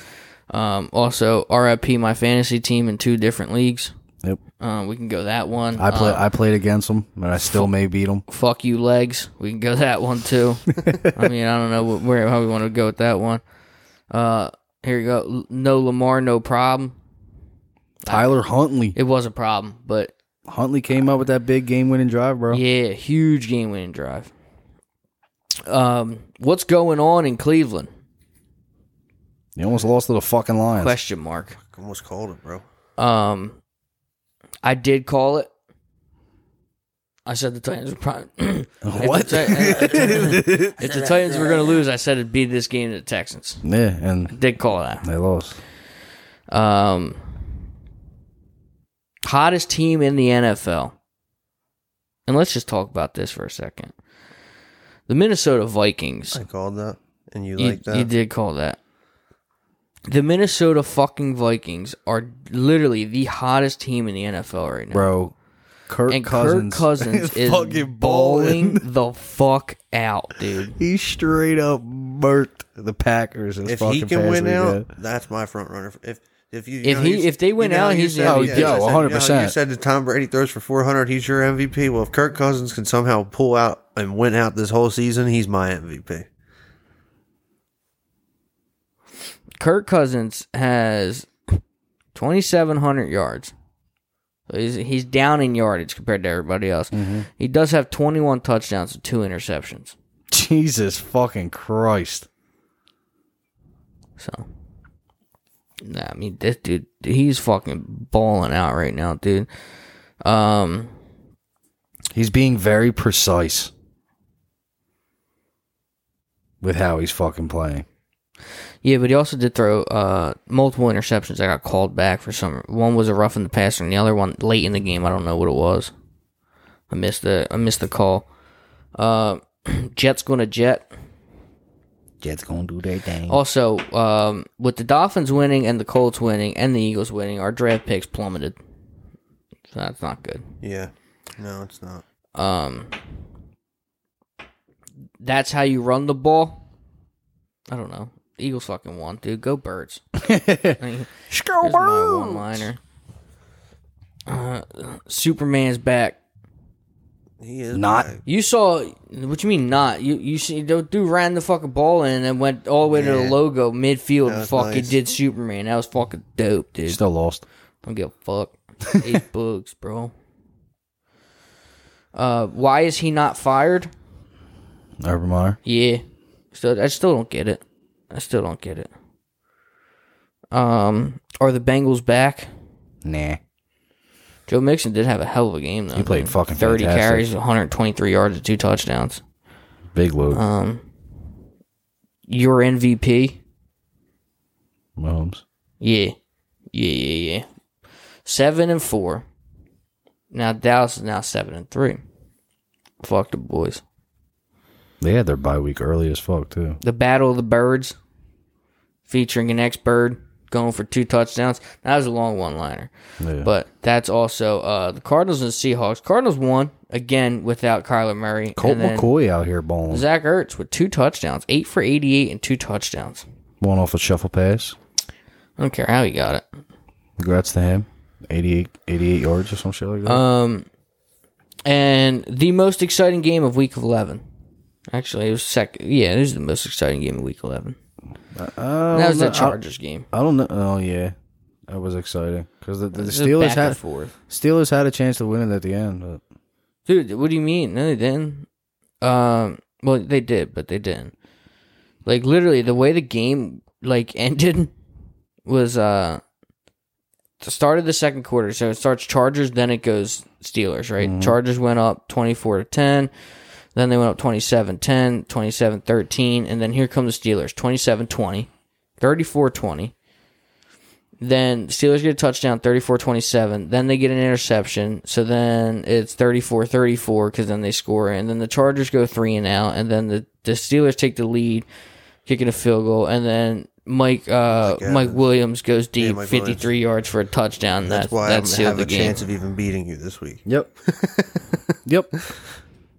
[SPEAKER 2] Um, also, RIP my fantasy team in two different leagues.
[SPEAKER 3] Yep.
[SPEAKER 2] Uh, we can go that one.
[SPEAKER 3] I play.
[SPEAKER 2] Uh,
[SPEAKER 3] I played against them, but I still may beat them.
[SPEAKER 2] fuck you legs. We can go that one too. I mean, I don't know wh- where how we want to go with that one. Uh, here you go. L- No Lamar, no problem.
[SPEAKER 3] Tyler Huntley.
[SPEAKER 2] It was a problem, but
[SPEAKER 3] Huntley came up with that big game-winning drive, bro.
[SPEAKER 2] yeah, huge game winning drive. Um, what's going on in Cleveland?
[SPEAKER 3] He almost lost to the fucking Lions.
[SPEAKER 2] Question mark.
[SPEAKER 4] it? Almost called it, bro.
[SPEAKER 2] Um, I did call it. I said the Titans were probably. what? If the Titans were going to lose, I said it'd be this game to the Texans.
[SPEAKER 3] Yeah, and
[SPEAKER 2] Did call that.
[SPEAKER 3] they lost.
[SPEAKER 2] Um, hottest team in the NFL. And let's just talk about this for a second. The Minnesota Vikings.
[SPEAKER 4] I called that, and you,
[SPEAKER 2] You-
[SPEAKER 4] like that.
[SPEAKER 2] You did call that. The Minnesota fucking Vikings are literally the hottest team in the NFL right now.
[SPEAKER 3] Bro, Kirk
[SPEAKER 2] and
[SPEAKER 3] Cousins.
[SPEAKER 2] Kirk Cousins is
[SPEAKER 3] fucking
[SPEAKER 2] balling
[SPEAKER 3] balling.
[SPEAKER 2] the fuck out, dude.
[SPEAKER 3] He straight up burnt the Packers. This
[SPEAKER 4] if
[SPEAKER 3] fucking
[SPEAKER 4] he can
[SPEAKER 3] past
[SPEAKER 4] win
[SPEAKER 3] weekend.
[SPEAKER 4] out, that's my front runner. If if you, you
[SPEAKER 2] If
[SPEAKER 4] know,
[SPEAKER 2] he-
[SPEAKER 4] you-
[SPEAKER 2] if they win
[SPEAKER 4] you know,
[SPEAKER 2] out,
[SPEAKER 4] you
[SPEAKER 2] he's oh,
[SPEAKER 4] said-
[SPEAKER 2] the MVP.
[SPEAKER 4] yeah, you said-
[SPEAKER 3] Yo,
[SPEAKER 4] you know,
[SPEAKER 3] 100%.
[SPEAKER 4] You said that Tom Brady throws for 400, he's your MVP. Well, if Kirk Cousins can somehow pull out and win out this whole season, he's my MVP.
[SPEAKER 2] Kirk Cousins has 2,700 yards. So He's, he's down in yardage compared to everybody else.
[SPEAKER 3] Mm-hmm.
[SPEAKER 2] He does have 21 touchdowns and two interceptions.
[SPEAKER 3] Jesus fucking Christ.
[SPEAKER 2] So, nah, I mean, this dude, he's fucking balling out right now, dude. Um,
[SPEAKER 3] He's being very precise with how he's fucking playing.
[SPEAKER 2] yeah, but he also did throw uh, multiple interceptions that got called back for some. One was a rough in the passer, and the other one late in the game. I don't know what it was. I missed the I missed the call. Uh, Jets going to jet.
[SPEAKER 3] Jets gonna do their thing.
[SPEAKER 2] Also, um, with the Dolphins winning and the Colts winning and the Eagles winning, our draft picks plummeted. So that's not good.
[SPEAKER 4] Yeah, no, it's not.
[SPEAKER 2] Um, that's how you run the ball. I don't know. Eagles fucking won, dude. Go birds. Go birds. One liner. Uh, Superman's back.
[SPEAKER 4] He is
[SPEAKER 3] Not
[SPEAKER 2] You saw what you mean? Not you? You see? The dude ran the fucking ball in and went all the way to the
[SPEAKER 4] Yeah.
[SPEAKER 2] logo midfield.
[SPEAKER 4] That
[SPEAKER 2] and
[SPEAKER 4] was
[SPEAKER 2] fucking
[SPEAKER 4] nice.
[SPEAKER 2] did Superman. That was fucking dope, dude.
[SPEAKER 3] still lost.
[SPEAKER 2] Don't give a fuck. Eight bugs, bro. Uh, why is he not fired?
[SPEAKER 3] Urban Meyer.
[SPEAKER 2] Yeah. So I still don't get it. I still don't get it. Um, are the Bengals back?
[SPEAKER 3] Nah.
[SPEAKER 2] Joe Mixon did have a hell of a game though. He
[SPEAKER 3] played fucking
[SPEAKER 2] thirty
[SPEAKER 3] fantastic.
[SPEAKER 2] carries, one hundred twenty-three yards, and two touchdowns.
[SPEAKER 3] Big load.
[SPEAKER 2] Your MVP?
[SPEAKER 3] Mahomes.
[SPEAKER 2] Yeah, yeah, yeah, yeah. Seven and four. Now Dallas is now seven and three. Fuck the boys.
[SPEAKER 3] They had their bye week early as fuck too.
[SPEAKER 2] The Battle of the Birds, featuring an ex bird going for two touchdowns. That was a long one liner.
[SPEAKER 3] Yeah.
[SPEAKER 2] But that's also uh, the Cardinals and Seahawks. Cardinals won again without Kyler Murray.
[SPEAKER 3] Colt
[SPEAKER 2] and then
[SPEAKER 3] McCoy out here balling.
[SPEAKER 2] Zach Ertz with two touchdowns, eight for 88 and two touchdowns.
[SPEAKER 3] One off a shuffle pass.
[SPEAKER 2] I don't care how he got it.
[SPEAKER 3] Congrats to him. 88, 88 yards or some shit like that.
[SPEAKER 2] Um, and the most exciting game of Week 11. Actually, it was second. Yeah, it was the most exciting game of Week 11.
[SPEAKER 3] Oh,
[SPEAKER 2] that was
[SPEAKER 3] no,
[SPEAKER 2] the Chargers game.
[SPEAKER 3] I, I don't know. Oh yeah, that was exciting because the, the
[SPEAKER 2] It was
[SPEAKER 3] Steelers
[SPEAKER 2] back and
[SPEAKER 3] had
[SPEAKER 2] forth.
[SPEAKER 3] Steelers had a chance to win it at the end. But
[SPEAKER 2] Dude, what do you mean? No, they didn't. Um, well, they did, but they didn't. Like literally, the way the game like ended was uh the start of the second quarter. So it starts Chargers, then it goes Steelers. Right? Chargers went up twenty four to ten. Then they went up 27-10, 27-13, and then here come the Steelers, 27-20, 34-20. Then Steelers get a touchdown, 34-27. Then they get an interception. So then it's 34-34 because then they score. And then the Chargers go three and out. And then the, the Steelers take the lead, kicking a field goal. And then Mike uh, Mike,
[SPEAKER 4] Mike Evans.
[SPEAKER 2] Williams goes deep,
[SPEAKER 4] Mike
[SPEAKER 2] 53 yards for a touchdown.
[SPEAKER 4] That's
[SPEAKER 2] That's that,
[SPEAKER 4] why
[SPEAKER 2] that
[SPEAKER 4] I
[SPEAKER 2] sealed
[SPEAKER 4] have
[SPEAKER 2] the
[SPEAKER 4] a
[SPEAKER 2] game.
[SPEAKER 4] chance of even beating you this week.
[SPEAKER 3] yep, yep.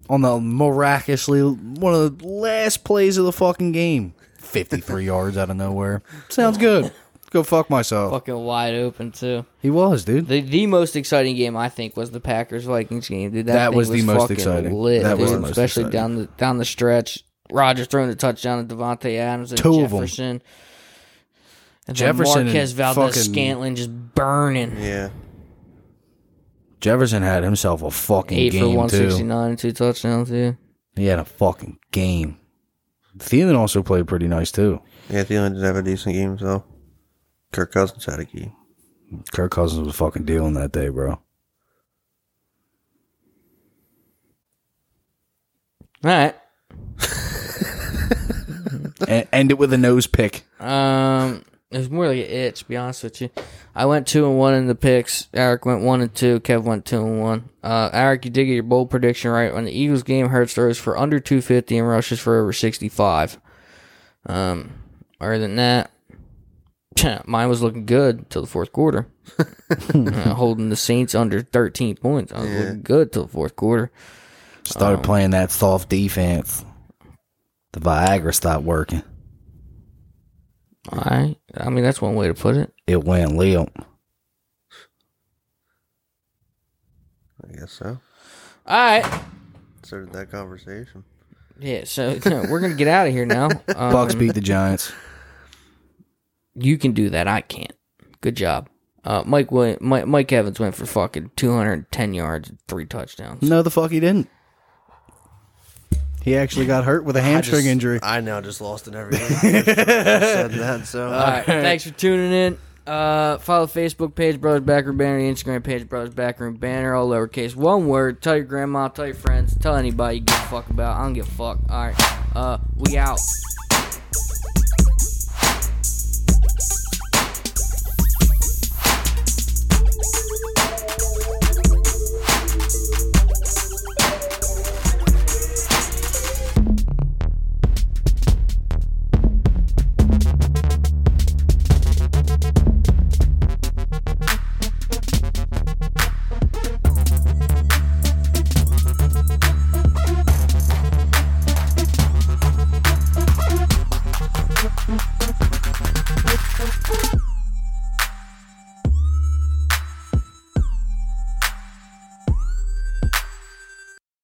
[SPEAKER 3] On the miraculously one of the last plays of the fucking game, fifty three yards out of nowhere. Sounds good. Go fuck myself.
[SPEAKER 2] Fucking wide open, too.
[SPEAKER 3] He was, dude.
[SPEAKER 2] The the most exciting game I think was the Packers Vikings game, dude. That,
[SPEAKER 3] That
[SPEAKER 2] thing
[SPEAKER 3] was the most
[SPEAKER 2] fucking
[SPEAKER 3] exciting.
[SPEAKER 2] Lit,
[SPEAKER 3] That was
[SPEAKER 2] dude,
[SPEAKER 3] the most
[SPEAKER 2] especially
[SPEAKER 3] exciting.
[SPEAKER 2] down the down the stretch. Rogers throwing the touchdown to Devontae Adams and
[SPEAKER 3] Two of 'em.
[SPEAKER 2] Jefferson. And
[SPEAKER 3] Jefferson
[SPEAKER 2] Jefferson
[SPEAKER 3] and
[SPEAKER 2] Marquez Valdez
[SPEAKER 3] fucking-
[SPEAKER 2] Scantlin just burning.
[SPEAKER 4] Yeah,
[SPEAKER 3] Jefferson had himself a fucking
[SPEAKER 2] Eight for
[SPEAKER 3] game
[SPEAKER 2] one sixty
[SPEAKER 3] too.
[SPEAKER 2] nine and two touchdowns, dude.
[SPEAKER 3] He had a fucking game. Thielen also played pretty nice too.
[SPEAKER 4] yeah. Thielen did have a decent game, so Kirk Cousins had a game.
[SPEAKER 3] Kirk Cousins was fucking dealing that day, bro.
[SPEAKER 2] All right.
[SPEAKER 3] and end it with a nose pick.
[SPEAKER 2] Um, it was more like an itch. To be honest with you, I went two and one in the picks. Eric went one and two. Kev went two and one. Uh, Eric, you did get your bold prediction right on the Eagles game. Hurts throws for under two fifty and rushes for over sixty five. Um, other than that, mine was looking good till the fourth quarter, Uh, holding the Saints under thirteen points. I was looking good till the fourth quarter.
[SPEAKER 3] Start playing that soft defense. The Viagra stopped working.
[SPEAKER 2] All right. I mean, that's one way to put it.
[SPEAKER 3] It went limp.
[SPEAKER 4] I guess so.
[SPEAKER 2] All right.
[SPEAKER 4] So did that conversation.
[SPEAKER 2] Yeah, so no, we're gonna get out of here now. Um,
[SPEAKER 3] Bucks beat the Giants.
[SPEAKER 2] you can do that. I can't. Good job. Uh, Mike, William, Mike Mike Evans went for fucking 210 yards, and three touchdowns.
[SPEAKER 3] No, the fuck he didn't. He actually got hurt with a hamstring injury.
[SPEAKER 4] I now just lost in everything. I said that, so
[SPEAKER 2] All right, thanks for tuning in. Uh, follow the Facebook page, Brothers Backroom Banner, the Instagram page, Brothers Backroom Banner, all lowercase, one word. Tell your grandma, tell your friends, tell anybody you give a fuck about. I don't give a fuck. All right, uh, we out.